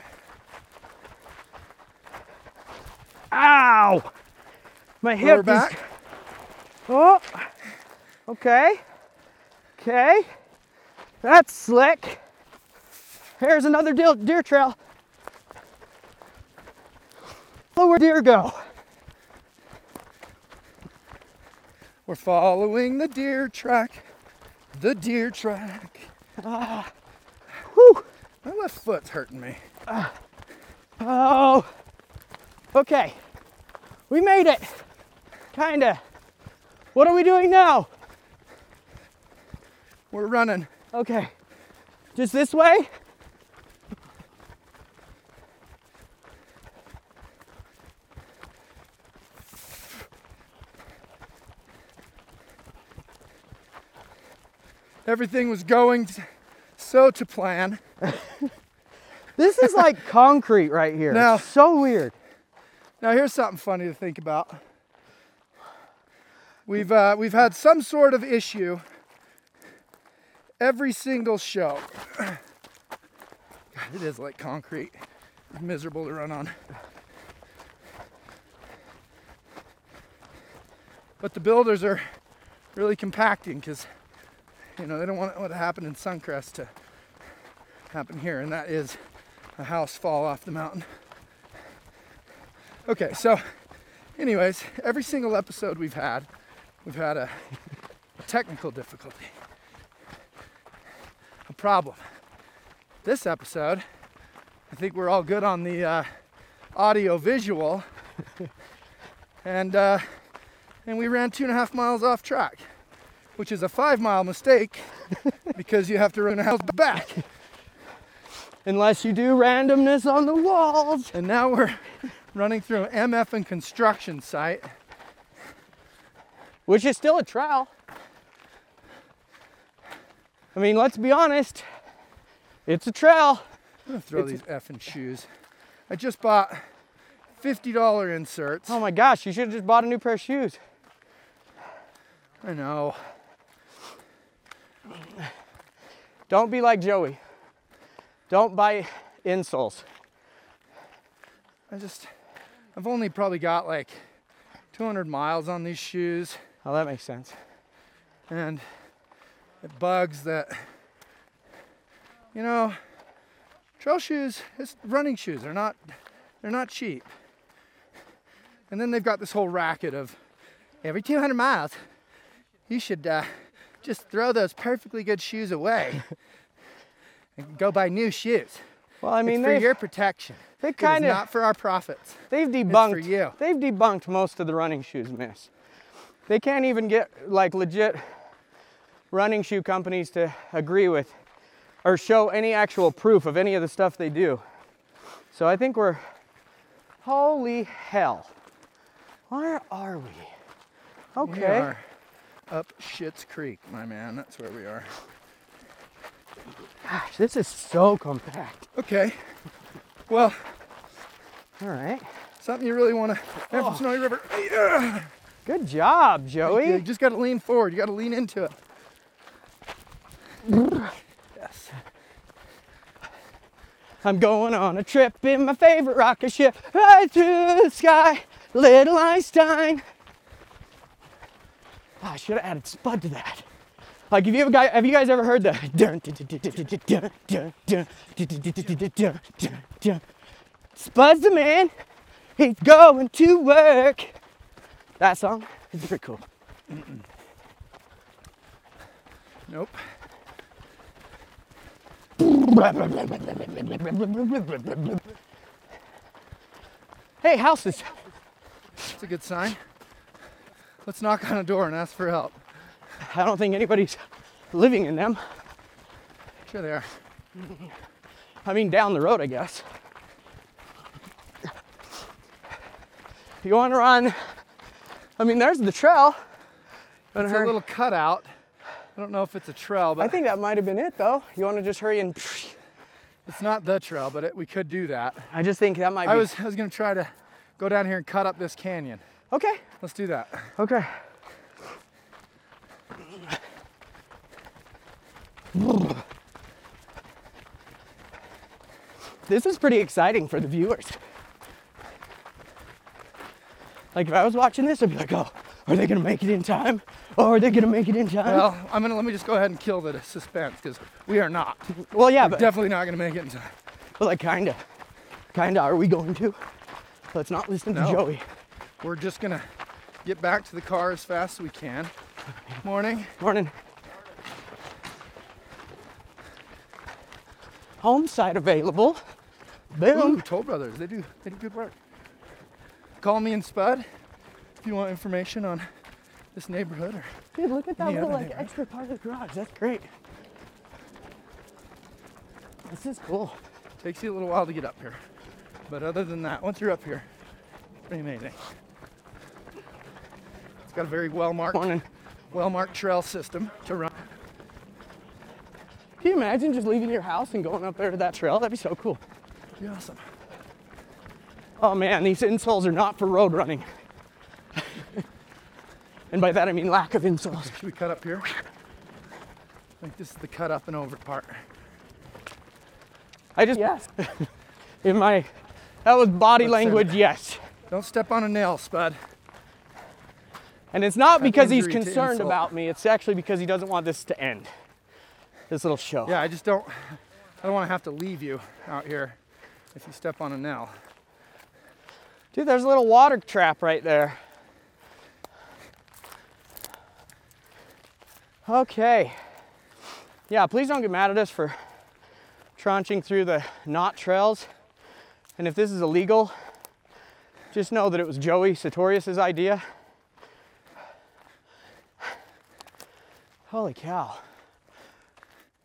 [SPEAKER 2] Ow! My hip
[SPEAKER 1] We're
[SPEAKER 2] is-
[SPEAKER 1] back.
[SPEAKER 2] Oh. Okay. Okay. That's slick. Here's another deer, deer trail. Look where deer go.
[SPEAKER 1] We're following the deer track. The deer track.
[SPEAKER 2] Whew.
[SPEAKER 1] Oh, left foot's hurting me.
[SPEAKER 2] Oh, okay. We made it. Kinda. What are we doing now?
[SPEAKER 1] We're running.
[SPEAKER 2] Okay. Just this way?
[SPEAKER 1] Everything was going s- so to plan.
[SPEAKER 2] This is like concrete right here.
[SPEAKER 1] No.
[SPEAKER 2] It's so weird.
[SPEAKER 1] Now here's something funny to think about. We've uh, we've had some sort of issue every single show. God, it is like concrete. It's miserable to run on. But the builders are really compacting because you know they don't want what happened in Suncrest to happen here, and that is a house fall off the mountain. Okay, so, anyways, every single episode we've had, we've had a technical difficulty, a problem. This episode, I think we're all good on the uh, audio visual, and uh, and we ran two and a half miles off track, which is a five mile mistake because you have to run a house back.
[SPEAKER 2] Unless you do randomness on the walls.
[SPEAKER 1] And now we're running through an MF and construction site.
[SPEAKER 2] Which is still a trial. I mean, let's be honest. It's a trail.
[SPEAKER 1] Throw these effing shoes. I just bought $50 inserts.
[SPEAKER 2] Oh my gosh, you should have just bought a new pair of shoes.
[SPEAKER 1] I know.
[SPEAKER 2] Don't be like Joey. Don't buy insoles.
[SPEAKER 1] I just, I've only probably got like 200 miles on these shoes
[SPEAKER 2] Oh, that makes sense.
[SPEAKER 1] and it bugs that, you know, trail shoes, it's running shoes. They're not, they're not cheap. And then they've got this whole racket of every 200 miles, you should uh, just throw those perfectly good shoes away and go buy new shoes.
[SPEAKER 2] Well, I mean,
[SPEAKER 1] it's for
[SPEAKER 2] they
[SPEAKER 1] your protection.
[SPEAKER 2] they
[SPEAKER 1] It is
[SPEAKER 2] kind of
[SPEAKER 1] not for our profits.
[SPEAKER 2] they've debunked
[SPEAKER 1] you.
[SPEAKER 2] they've debunked most of the running shoes miss. They can't even get like legit running shoe companies to agree with or show any actual proof of any of the stuff they do. So I think we're holy hell. Where are we? Okay.
[SPEAKER 1] We are up Shit's Creek, my man. That's where we are.
[SPEAKER 2] Gosh, this is so compact.
[SPEAKER 1] Okay. Well,
[SPEAKER 2] All right.
[SPEAKER 1] something you really want to. Man
[SPEAKER 2] Oh.
[SPEAKER 1] from Snowy River. Yeah.
[SPEAKER 2] Good job, Joey.
[SPEAKER 1] You just got to lean forward. You got to lean into it. yes.
[SPEAKER 2] I'm going on a trip in my favorite rocket ship, right through the sky, little Einstein. Oh, I should have added Spud to that. Like, if you have, guy, have you guys ever heard the dun dun dun dun dun dun dun dun dun dun dun dun dun dun dun dun? Spud's the man. He's going to work. That song is pretty cool.
[SPEAKER 1] Nope.
[SPEAKER 2] Hey, houses.
[SPEAKER 1] It's a good sign. Let's knock on a door and ask for help.
[SPEAKER 2] I don't think anybody's living in them.
[SPEAKER 1] Sure they are.
[SPEAKER 2] I mean, down the road, I guess. You want to run? I mean, there's the trail.
[SPEAKER 1] It's a little cutout. I don't know if it's a trail, but
[SPEAKER 2] I think that might have been it, though. You want to just hurry and?
[SPEAKER 1] it's not the trail, but it, we could do that.
[SPEAKER 2] I just think that might be.
[SPEAKER 1] I was I was gonna try to go down here and cut up this canyon.
[SPEAKER 2] okay.
[SPEAKER 1] Let's do that.
[SPEAKER 2] Okay. This is pretty exciting for the viewers. Like if I was watching this, I'd be like, oh, are they gonna make it in time? Oh, are they gonna make it in time?
[SPEAKER 1] Well, I'm gonna let me just go ahead and kill the suspense because we are not.
[SPEAKER 2] Well, yeah, but,
[SPEAKER 1] Definitely not gonna make it in time.
[SPEAKER 2] but like kinda, kinda. Are we going to? Let's not listen to
[SPEAKER 1] No.
[SPEAKER 2] Joey.
[SPEAKER 1] We're just gonna get back to the car as fast as we can. Morning.
[SPEAKER 2] Morning. home site available.
[SPEAKER 1] Ooh,
[SPEAKER 2] Boom.
[SPEAKER 1] Toll Brothers. They do they do good work. Call me and Spud if you want information on this neighborhood. Or
[SPEAKER 2] Dude, look at that
[SPEAKER 1] Yeah,
[SPEAKER 2] little
[SPEAKER 1] that
[SPEAKER 2] like
[SPEAKER 1] neighborhood.
[SPEAKER 2] extra part of the garage. That's great. This is cool.
[SPEAKER 1] takes you a little while to get up here, but other than that, once you're up here, pretty amazing. It's got a very well marked
[SPEAKER 2] Morning.
[SPEAKER 1] well marked trail system to run.
[SPEAKER 2] Can you imagine just leaving your house and going up there to that trail? That'd be so cool.
[SPEAKER 1] Pretty awesome.
[SPEAKER 2] Oh man, these insoles are not for road running. and by that I mean lack of insoles.
[SPEAKER 1] Should we cut up here? I think this is the cut up and over part.
[SPEAKER 2] I just yes. In my that was body
[SPEAKER 1] Let's send it.
[SPEAKER 2] language, yes.
[SPEAKER 1] Don't step on a nail, Spud.
[SPEAKER 2] And it's not because he's
[SPEAKER 1] injury to
[SPEAKER 2] concerned
[SPEAKER 1] insult.
[SPEAKER 2] about me, it's actually because he doesn't want this to end. This little show.
[SPEAKER 1] Yeah, I just don't. I don't want to have to leave you out here if you step on a nail.
[SPEAKER 2] Dude, there's a little water trap right there. Okay. Yeah, please don't get mad at us for tranching through the knot trails. And if this is illegal, just know that it was Joey Satorius' idea. Holy cow.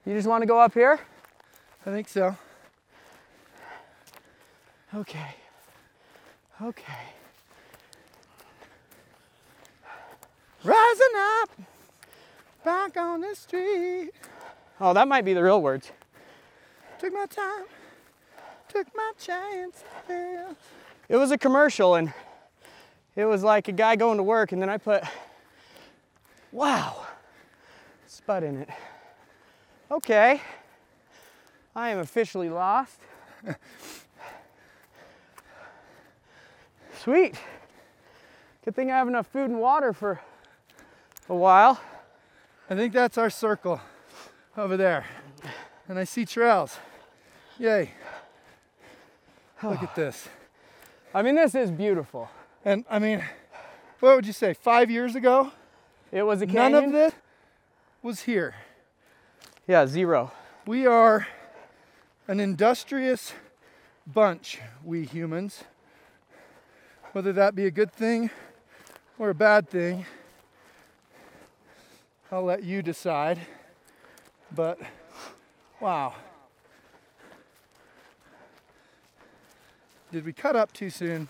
[SPEAKER 2] You just want to go up here?
[SPEAKER 1] I think so.
[SPEAKER 2] Okay. Okay.
[SPEAKER 1] Rising up, back on the street.
[SPEAKER 2] Oh, that might be the real words.
[SPEAKER 1] Took my time, took my chance. Yeah.
[SPEAKER 2] it was a commercial and it was like a guy going to work and then I put wow spud in it. Okay. I am officially lost. Sweet. Good thing I have enough food and water for a while.
[SPEAKER 1] I think that's our circle over there. And I see trails. Yay. Look at this.
[SPEAKER 2] I mean this is beautiful.
[SPEAKER 1] And I mean, what would you say, five years ago?
[SPEAKER 2] It was a
[SPEAKER 1] None
[SPEAKER 2] canyon.
[SPEAKER 1] of this was here.
[SPEAKER 2] Yeah, zero.
[SPEAKER 1] We are an industrious bunch, we humans. Whether that be a good thing or a bad thing, I'll let you decide. But wow. Did we cut up too soon?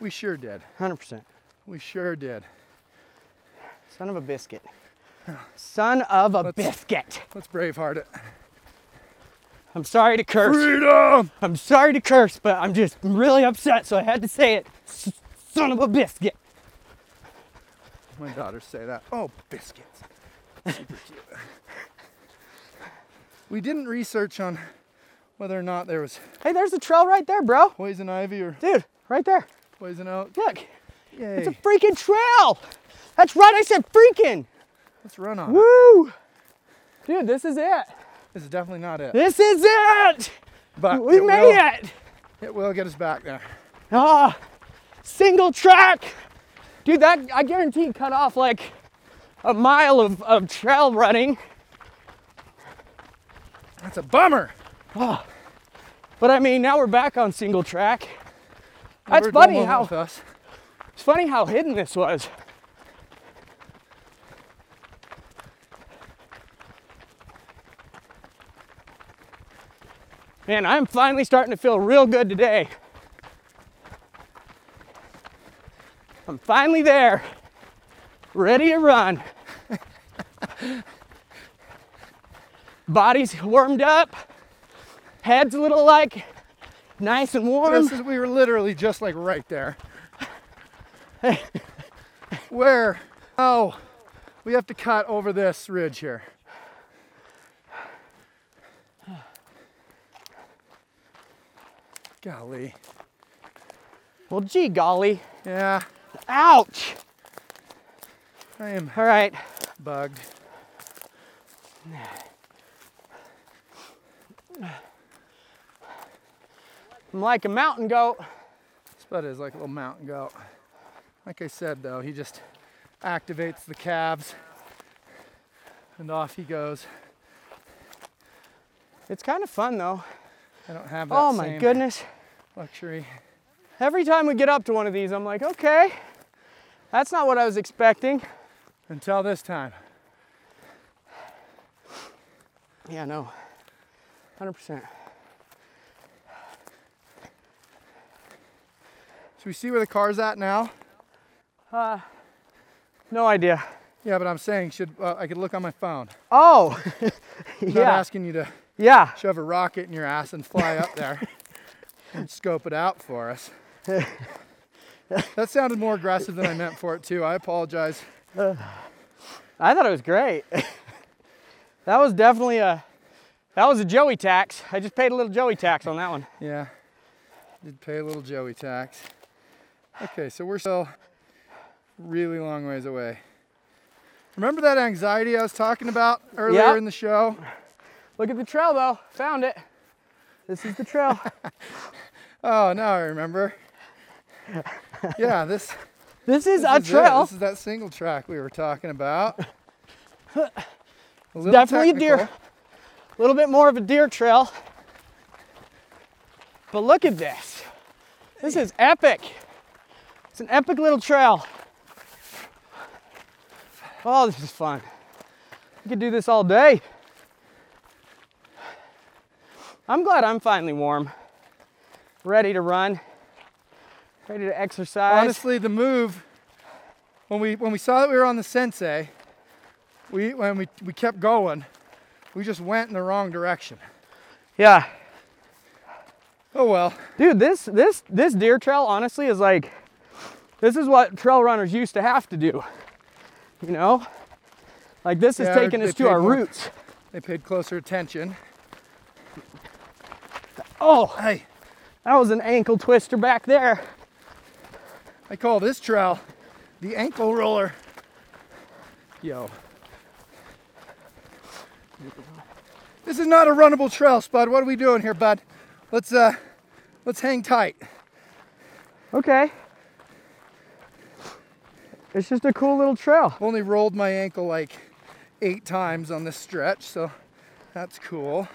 [SPEAKER 1] We sure did.
[SPEAKER 2] 100%.
[SPEAKER 1] We sure did.
[SPEAKER 2] Son of a biscuit. Son of a
[SPEAKER 1] Let's-
[SPEAKER 2] biscuit.
[SPEAKER 1] Let's braveheart it.
[SPEAKER 2] I'm sorry to curse.
[SPEAKER 1] Freedom!
[SPEAKER 2] I'm sorry to curse, but I'm just really upset, so I had to say it. S- Son of a biscuit.
[SPEAKER 1] My daughters say that. Oh, biscuits. Super cute. We didn't research on whether or not there was
[SPEAKER 2] Hey, there's the trail right there, bro.
[SPEAKER 1] poison ivy or
[SPEAKER 2] Dude, right there.
[SPEAKER 1] poison oak.
[SPEAKER 2] Look,
[SPEAKER 1] Yay.
[SPEAKER 2] it's a freaking trail. That's right, I said freaking.
[SPEAKER 1] Let's run on it.
[SPEAKER 2] Woo! Dude, this is it.
[SPEAKER 1] This is definitely not it.
[SPEAKER 2] This is it.
[SPEAKER 1] But
[SPEAKER 2] We
[SPEAKER 1] it
[SPEAKER 2] made
[SPEAKER 1] will,
[SPEAKER 2] it.
[SPEAKER 1] It will get us back there.
[SPEAKER 2] Ah, single track. Dude, that I guarantee cut off like a mile of, of trail running.
[SPEAKER 1] That's a bummer.
[SPEAKER 2] But I mean, now we're back on single track.
[SPEAKER 1] The
[SPEAKER 2] That's
[SPEAKER 1] bird won't
[SPEAKER 2] funny
[SPEAKER 1] move
[SPEAKER 2] how
[SPEAKER 1] with us.
[SPEAKER 2] It's funny how hidden this was. Man, I'm finally starting to feel real good today. I'm finally there, ready to run. Body's warmed up, head's a little like nice and warm.
[SPEAKER 1] This is, we were literally just like right there. Where? Oh, we have to cut over this ridge here. Golly.
[SPEAKER 2] Well, gee golly,
[SPEAKER 1] Yeah,
[SPEAKER 2] ouch!
[SPEAKER 1] I am
[SPEAKER 2] All right,
[SPEAKER 1] bugged.
[SPEAKER 2] I'm like a mountain goat.
[SPEAKER 1] Spud is like a little mountain goat. Like I said though, he just activates the calves and off he goes.
[SPEAKER 2] It's kind of fun though.
[SPEAKER 1] I don't have that
[SPEAKER 2] Oh my
[SPEAKER 1] same
[SPEAKER 2] goodness.
[SPEAKER 1] luxury.
[SPEAKER 2] Every time we get up to one of these, I'm like, okay, that's not what I was expecting.
[SPEAKER 1] Until this time.
[SPEAKER 2] Yeah, no. 100%.
[SPEAKER 1] Should we see where the car's at now?
[SPEAKER 2] Uh, no idea.
[SPEAKER 1] Yeah, but I'm saying should uh, I could look on my phone.
[SPEAKER 2] Oh,
[SPEAKER 1] I'm
[SPEAKER 2] yeah.
[SPEAKER 1] not asking you to
[SPEAKER 2] yeah.
[SPEAKER 1] shove a rocket in your ass and fly up there and scope it out for us. that sounded more aggressive than I meant for it too. I apologize.
[SPEAKER 2] I thought it was great. that was definitely a that was a Joey tax. I just paid a little Joey tax on that one.
[SPEAKER 1] Yeah. Did pay a little Joey tax. Okay, so we're still really long ways away. Remember that anxiety I was talking about earlier
[SPEAKER 2] Yeah.
[SPEAKER 1] in the show?
[SPEAKER 2] Look at the trail though. Found it. This is the trail.
[SPEAKER 1] Oh, now I remember. Yeah, this,
[SPEAKER 2] this is
[SPEAKER 1] this
[SPEAKER 2] a
[SPEAKER 1] is it.
[SPEAKER 2] trail.
[SPEAKER 1] This is that single track we were talking about. A little
[SPEAKER 2] Definitely a deer.
[SPEAKER 1] technical.
[SPEAKER 2] A little bit more of a deer trail. But look at this. This is epic. It's an epic little trail. Oh, this is fun. We could do this all day. I'm glad I'm finally warm, ready to run, ready to exercise.
[SPEAKER 1] honestly the move when we when we saw that we were on the sensei we when we, we kept going we just went in the wrong direction
[SPEAKER 2] Yeah.
[SPEAKER 1] oh well
[SPEAKER 2] Dude, this this this deer trail honestly is like this is what trail runners used to have to do. You know? Like this is
[SPEAKER 1] Yeah,
[SPEAKER 2] taking
[SPEAKER 1] they
[SPEAKER 2] us to our
[SPEAKER 1] paid more-
[SPEAKER 2] roots.
[SPEAKER 1] they paid closer attention
[SPEAKER 2] Oh,
[SPEAKER 1] hey
[SPEAKER 2] that was an ankle twister back there.
[SPEAKER 1] i call this trail the ankle roller yo this is not a runnable trail spud what are we doing here bud let's uh let's hang tight
[SPEAKER 2] Okay. It's just a cool little trail.
[SPEAKER 1] I've only rolled my ankle like eight times on this stretch so that's cool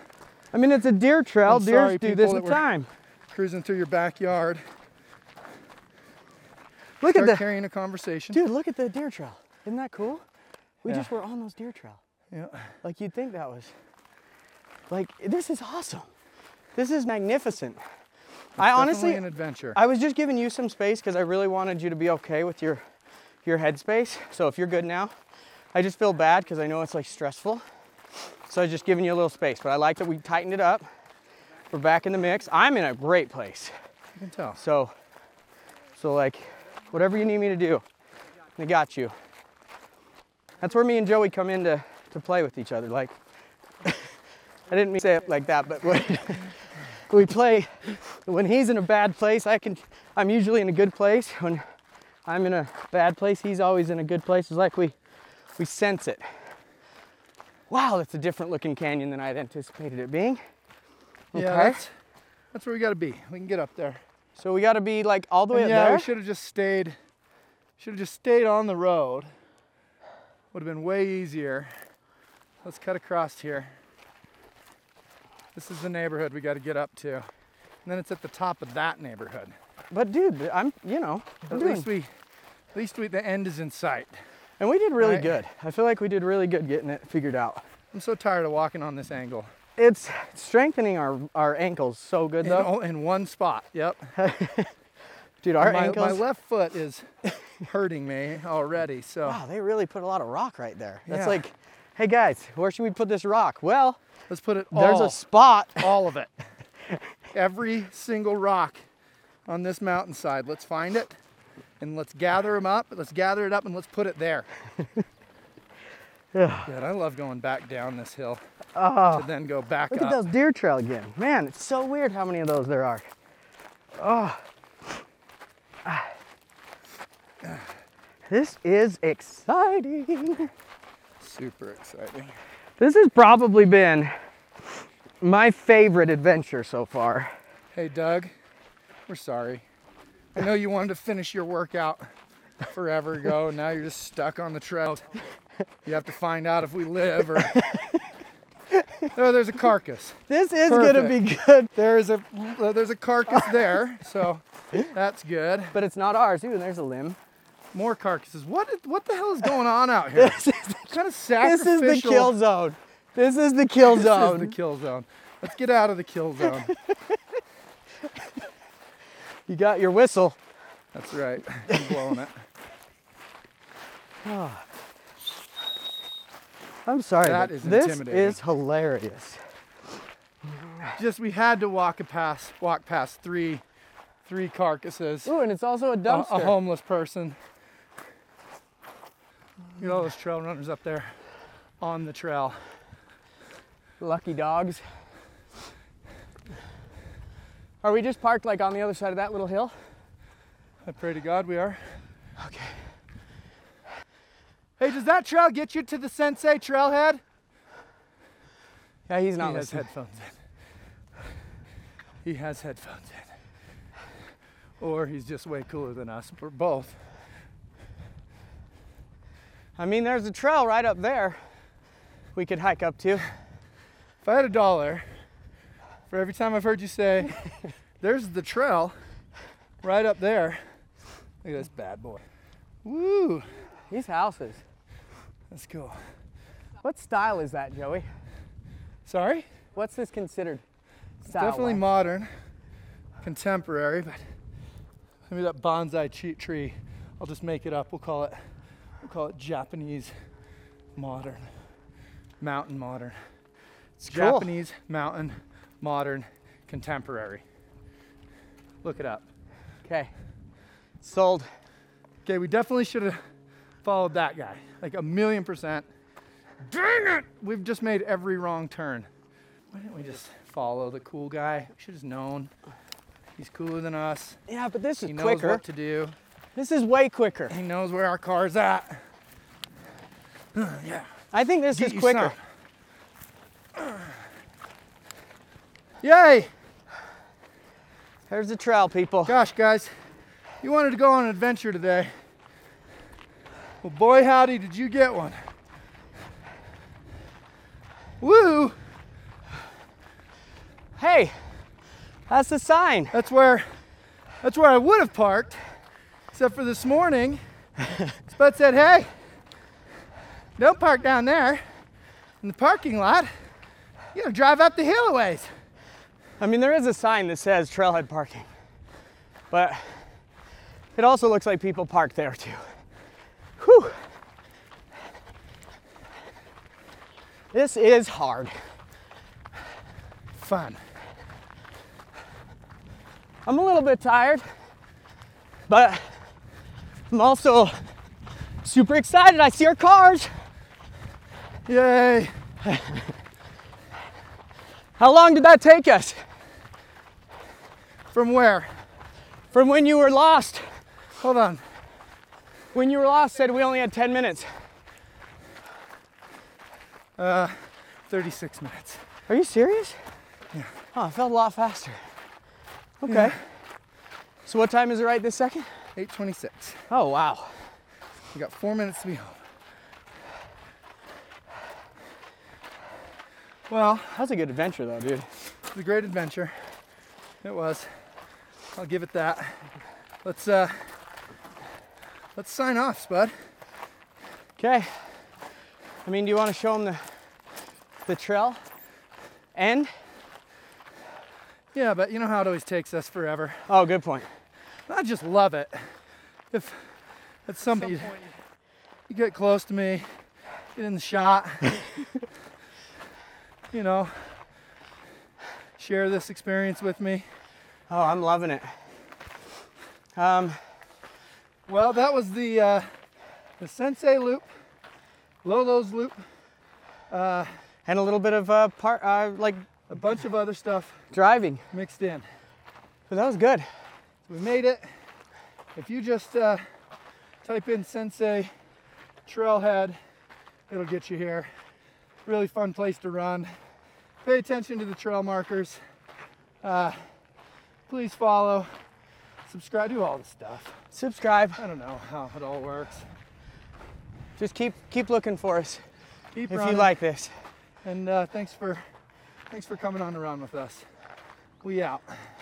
[SPEAKER 2] I mean, it's a deer trail.
[SPEAKER 1] I'm sorry,
[SPEAKER 2] Deers do this
[SPEAKER 1] people
[SPEAKER 2] all
[SPEAKER 1] that
[SPEAKER 2] the
[SPEAKER 1] were-
[SPEAKER 2] time.
[SPEAKER 1] cruising through your backyard,
[SPEAKER 2] Look at
[SPEAKER 1] start
[SPEAKER 2] the
[SPEAKER 1] carrying a conversation.
[SPEAKER 2] Dude, look at the deer trail. Isn't that cool? We
[SPEAKER 1] Yeah.
[SPEAKER 2] just were on those deer trail.
[SPEAKER 1] Yeah.
[SPEAKER 2] Like you'd think that was. Like this is awesome. This is magnificent. I honestly
[SPEAKER 1] Definitely an adventure.
[SPEAKER 2] I was just giving you some space because I really wanted you to be okay with your your headspace. So if you're good now, I just feel bad because I know it's like stressful. So I was just giving you a little space, but I like that we tightened it up. We're back in the mix. I'm in a great place.
[SPEAKER 1] you can tell.
[SPEAKER 2] So so like whatever you need me to do, I got you. That's where me and Joey come in to, to play with each other. Like I didn't mean to say it like that, but when we play when he's in a bad place, I can I'm usually in a good place. When I'm in a bad place, he's always in a good place. It's like we we sense it. Wow, that's a different looking canyon than I'd anticipated it being.
[SPEAKER 1] Yeah,
[SPEAKER 2] okay.
[SPEAKER 1] that's, that's where we gotta be. We can get up there.
[SPEAKER 2] So we gotta be like all the way
[SPEAKER 1] And
[SPEAKER 2] up
[SPEAKER 1] yeah,
[SPEAKER 2] there.
[SPEAKER 1] we should have just stayed. Should have just stayed on the road. Would have been way easier. Let's cut across here. This is the neighborhood we gotta get up to. And then it's at the top of that neighborhood.
[SPEAKER 2] But dude, I'm you know, I'm
[SPEAKER 1] At
[SPEAKER 2] doing,
[SPEAKER 1] least we, at least we, the end is in sight.
[SPEAKER 2] and we did really
[SPEAKER 1] Right.
[SPEAKER 2] good. I feel like we did really good getting it figured out.
[SPEAKER 1] I'm so tired of walking on this angle.
[SPEAKER 2] It's strengthening our our ankles so good
[SPEAKER 1] In,
[SPEAKER 2] though,
[SPEAKER 1] o- in one spot. Yep.
[SPEAKER 2] dude. Our
[SPEAKER 1] oh, my,
[SPEAKER 2] ankles.
[SPEAKER 1] my left foot is hurting me already. So
[SPEAKER 2] Wow, they really put a lot of rock right there. That's
[SPEAKER 1] Yeah.
[SPEAKER 2] like, hey guys, where should we put this rock? Well,
[SPEAKER 1] let's put it
[SPEAKER 2] there's
[SPEAKER 1] all,
[SPEAKER 2] a spot.
[SPEAKER 1] all of it. Every single rock on this mountainside. Let's find it and let's gather them up. Let's gather it up and let's put it there.
[SPEAKER 2] Yeah.
[SPEAKER 1] God, I love going back down this hill to then go back
[SPEAKER 2] Ah. Look
[SPEAKER 1] up.
[SPEAKER 2] at those deer trail again. Man, it's so weird how many of those there are. Oh. This is exciting.
[SPEAKER 1] Super exciting.
[SPEAKER 2] This has probably been my favorite adventure so far.
[SPEAKER 1] Hey, Doug, we're sorry. I know you wanted to finish your workout forever ago. and Now you're just stuck on the trail. You have to find out if we live or There, Oh, there's a carcass.
[SPEAKER 2] This is gonna be good,
[SPEAKER 1] There's a uh, there's a carcass there, so that's good.
[SPEAKER 2] but it's not ours. Ooh, there's a limb.
[SPEAKER 1] More carcasses. What what the hell is going on out here?
[SPEAKER 2] This is,
[SPEAKER 1] What kind of
[SPEAKER 2] this
[SPEAKER 1] sacrificial.
[SPEAKER 2] is the kill zone. This is the kill
[SPEAKER 1] This
[SPEAKER 2] zone.
[SPEAKER 1] is the kill zone. Let's get out of the kill zone.
[SPEAKER 2] You got your whistle.
[SPEAKER 1] That's right. I'm blowing it.
[SPEAKER 2] I'm sorry.
[SPEAKER 1] That
[SPEAKER 2] but
[SPEAKER 1] is
[SPEAKER 2] this
[SPEAKER 1] intimidating.
[SPEAKER 2] is hilarious.
[SPEAKER 1] Just we had to walk a pass walk past three three carcasses.
[SPEAKER 2] Ooh, and it's also Uh, a
[SPEAKER 1] a,
[SPEAKER 2] dumpster.
[SPEAKER 1] a homeless person. You know those trail runners up there on the trail.
[SPEAKER 2] Lucky dogs. Are we just parked like on the other side of that little hill?
[SPEAKER 1] I pray to God we are.
[SPEAKER 2] Okay.
[SPEAKER 1] Hey, does that trail get you to the Sensei trailhead?
[SPEAKER 2] Yeah, he's not
[SPEAKER 1] he has
[SPEAKER 2] listening.
[SPEAKER 1] headphones in. He has headphones in. Or he's just way cooler than us. We're both.
[SPEAKER 2] I mean, there's a trail right up there we could hike up to.
[SPEAKER 1] If I had a dollar for every time I've heard you say, there's the trail right up there. Look at this bad boy. Woo!
[SPEAKER 2] These houses.
[SPEAKER 1] That's cool.
[SPEAKER 2] What style is that, Joey?
[SPEAKER 1] Sorry?
[SPEAKER 2] What's this considered? Style
[SPEAKER 1] Definitely
[SPEAKER 2] wise?
[SPEAKER 1] modern, contemporary, but maybe that bonsai cheat tree. I'll just make it up. We'll call it we'll call it Japanese modern. Mountain modern. It's
[SPEAKER 2] cool.
[SPEAKER 1] Japanese mountain modern contemporary. Look it up.
[SPEAKER 2] Okay. Sold.
[SPEAKER 1] Okay, we definitely should have followed that guy. Like a million percent. Dang it! We've just made every wrong turn. Why didn't we just follow the cool guy? We should have known. He's cooler than us.
[SPEAKER 2] Yeah, but this is
[SPEAKER 1] He knows
[SPEAKER 2] quicker.
[SPEAKER 1] what to do.
[SPEAKER 2] This is way quicker.
[SPEAKER 1] He knows where our car's at.
[SPEAKER 2] I think this
[SPEAKER 1] Get
[SPEAKER 2] is
[SPEAKER 1] you
[SPEAKER 2] quicker.
[SPEAKER 1] some. Yay!
[SPEAKER 2] There's the trail, people.
[SPEAKER 1] Gosh, guys, you wanted to go on an adventure today. Well, boy, howdy, did you get one. Woo!
[SPEAKER 2] Hey, that's the sign.
[SPEAKER 1] That's where that's where I would have parked. Except for this morning. Spud said, hey, don't park down there in the parking lot. You gotta drive up the hill a ways.
[SPEAKER 2] I mean, there is a sign that says trailhead parking, but it also looks like people park there too. Whew. This is hard.
[SPEAKER 1] Fun.
[SPEAKER 2] I'm a little bit tired, but I'm also super excited. I see our cars.
[SPEAKER 1] Yay!
[SPEAKER 2] How long did that take us
[SPEAKER 1] From where?
[SPEAKER 2] from when you were lost?
[SPEAKER 1] Hold on.
[SPEAKER 2] When you were lost, said we only had 10 minutes.
[SPEAKER 1] 36 minutes.
[SPEAKER 2] Are you serious? Yeah. Oh, it felt a lot faster. Okay. So what time is it right this second?
[SPEAKER 1] 8:26.
[SPEAKER 2] Oh wow.
[SPEAKER 1] We got four minutes to be home. Well,
[SPEAKER 2] That was a good adventure though, dude.
[SPEAKER 1] It was a great adventure. It was. I'll give it that. Let's uh let's sign off, Spud.
[SPEAKER 2] Okay. I mean, do you want to show them the the trail? End?
[SPEAKER 1] Yeah, but you know how it always takes us forever.
[SPEAKER 2] Oh, good point.
[SPEAKER 1] I just love it. If at some, point you get close to me, get in the shot, you know, share this experience with me.
[SPEAKER 2] Oh, I'm loving it. Um,
[SPEAKER 1] Well, that was the uh, the Sensei loop, Lolo's loop,
[SPEAKER 2] and a little bit of uh, part uh, like
[SPEAKER 1] a bunch of other stuff
[SPEAKER 2] driving,
[SPEAKER 1] mixed in.
[SPEAKER 2] but that was good.
[SPEAKER 1] We made it. If you just uh, type in Sensei Trailhead, it'll get you here. Really fun place to run. Pay attention to the trail markers. Uh, please follow, subscribe, do all the stuff.
[SPEAKER 2] Subscribe.
[SPEAKER 1] I don't know how it all works.
[SPEAKER 2] Just keep keep looking for us
[SPEAKER 1] Keep
[SPEAKER 2] if you
[SPEAKER 1] running,
[SPEAKER 2] like this.
[SPEAKER 1] And uh, thanks for thanks for coming on the run with us. We out.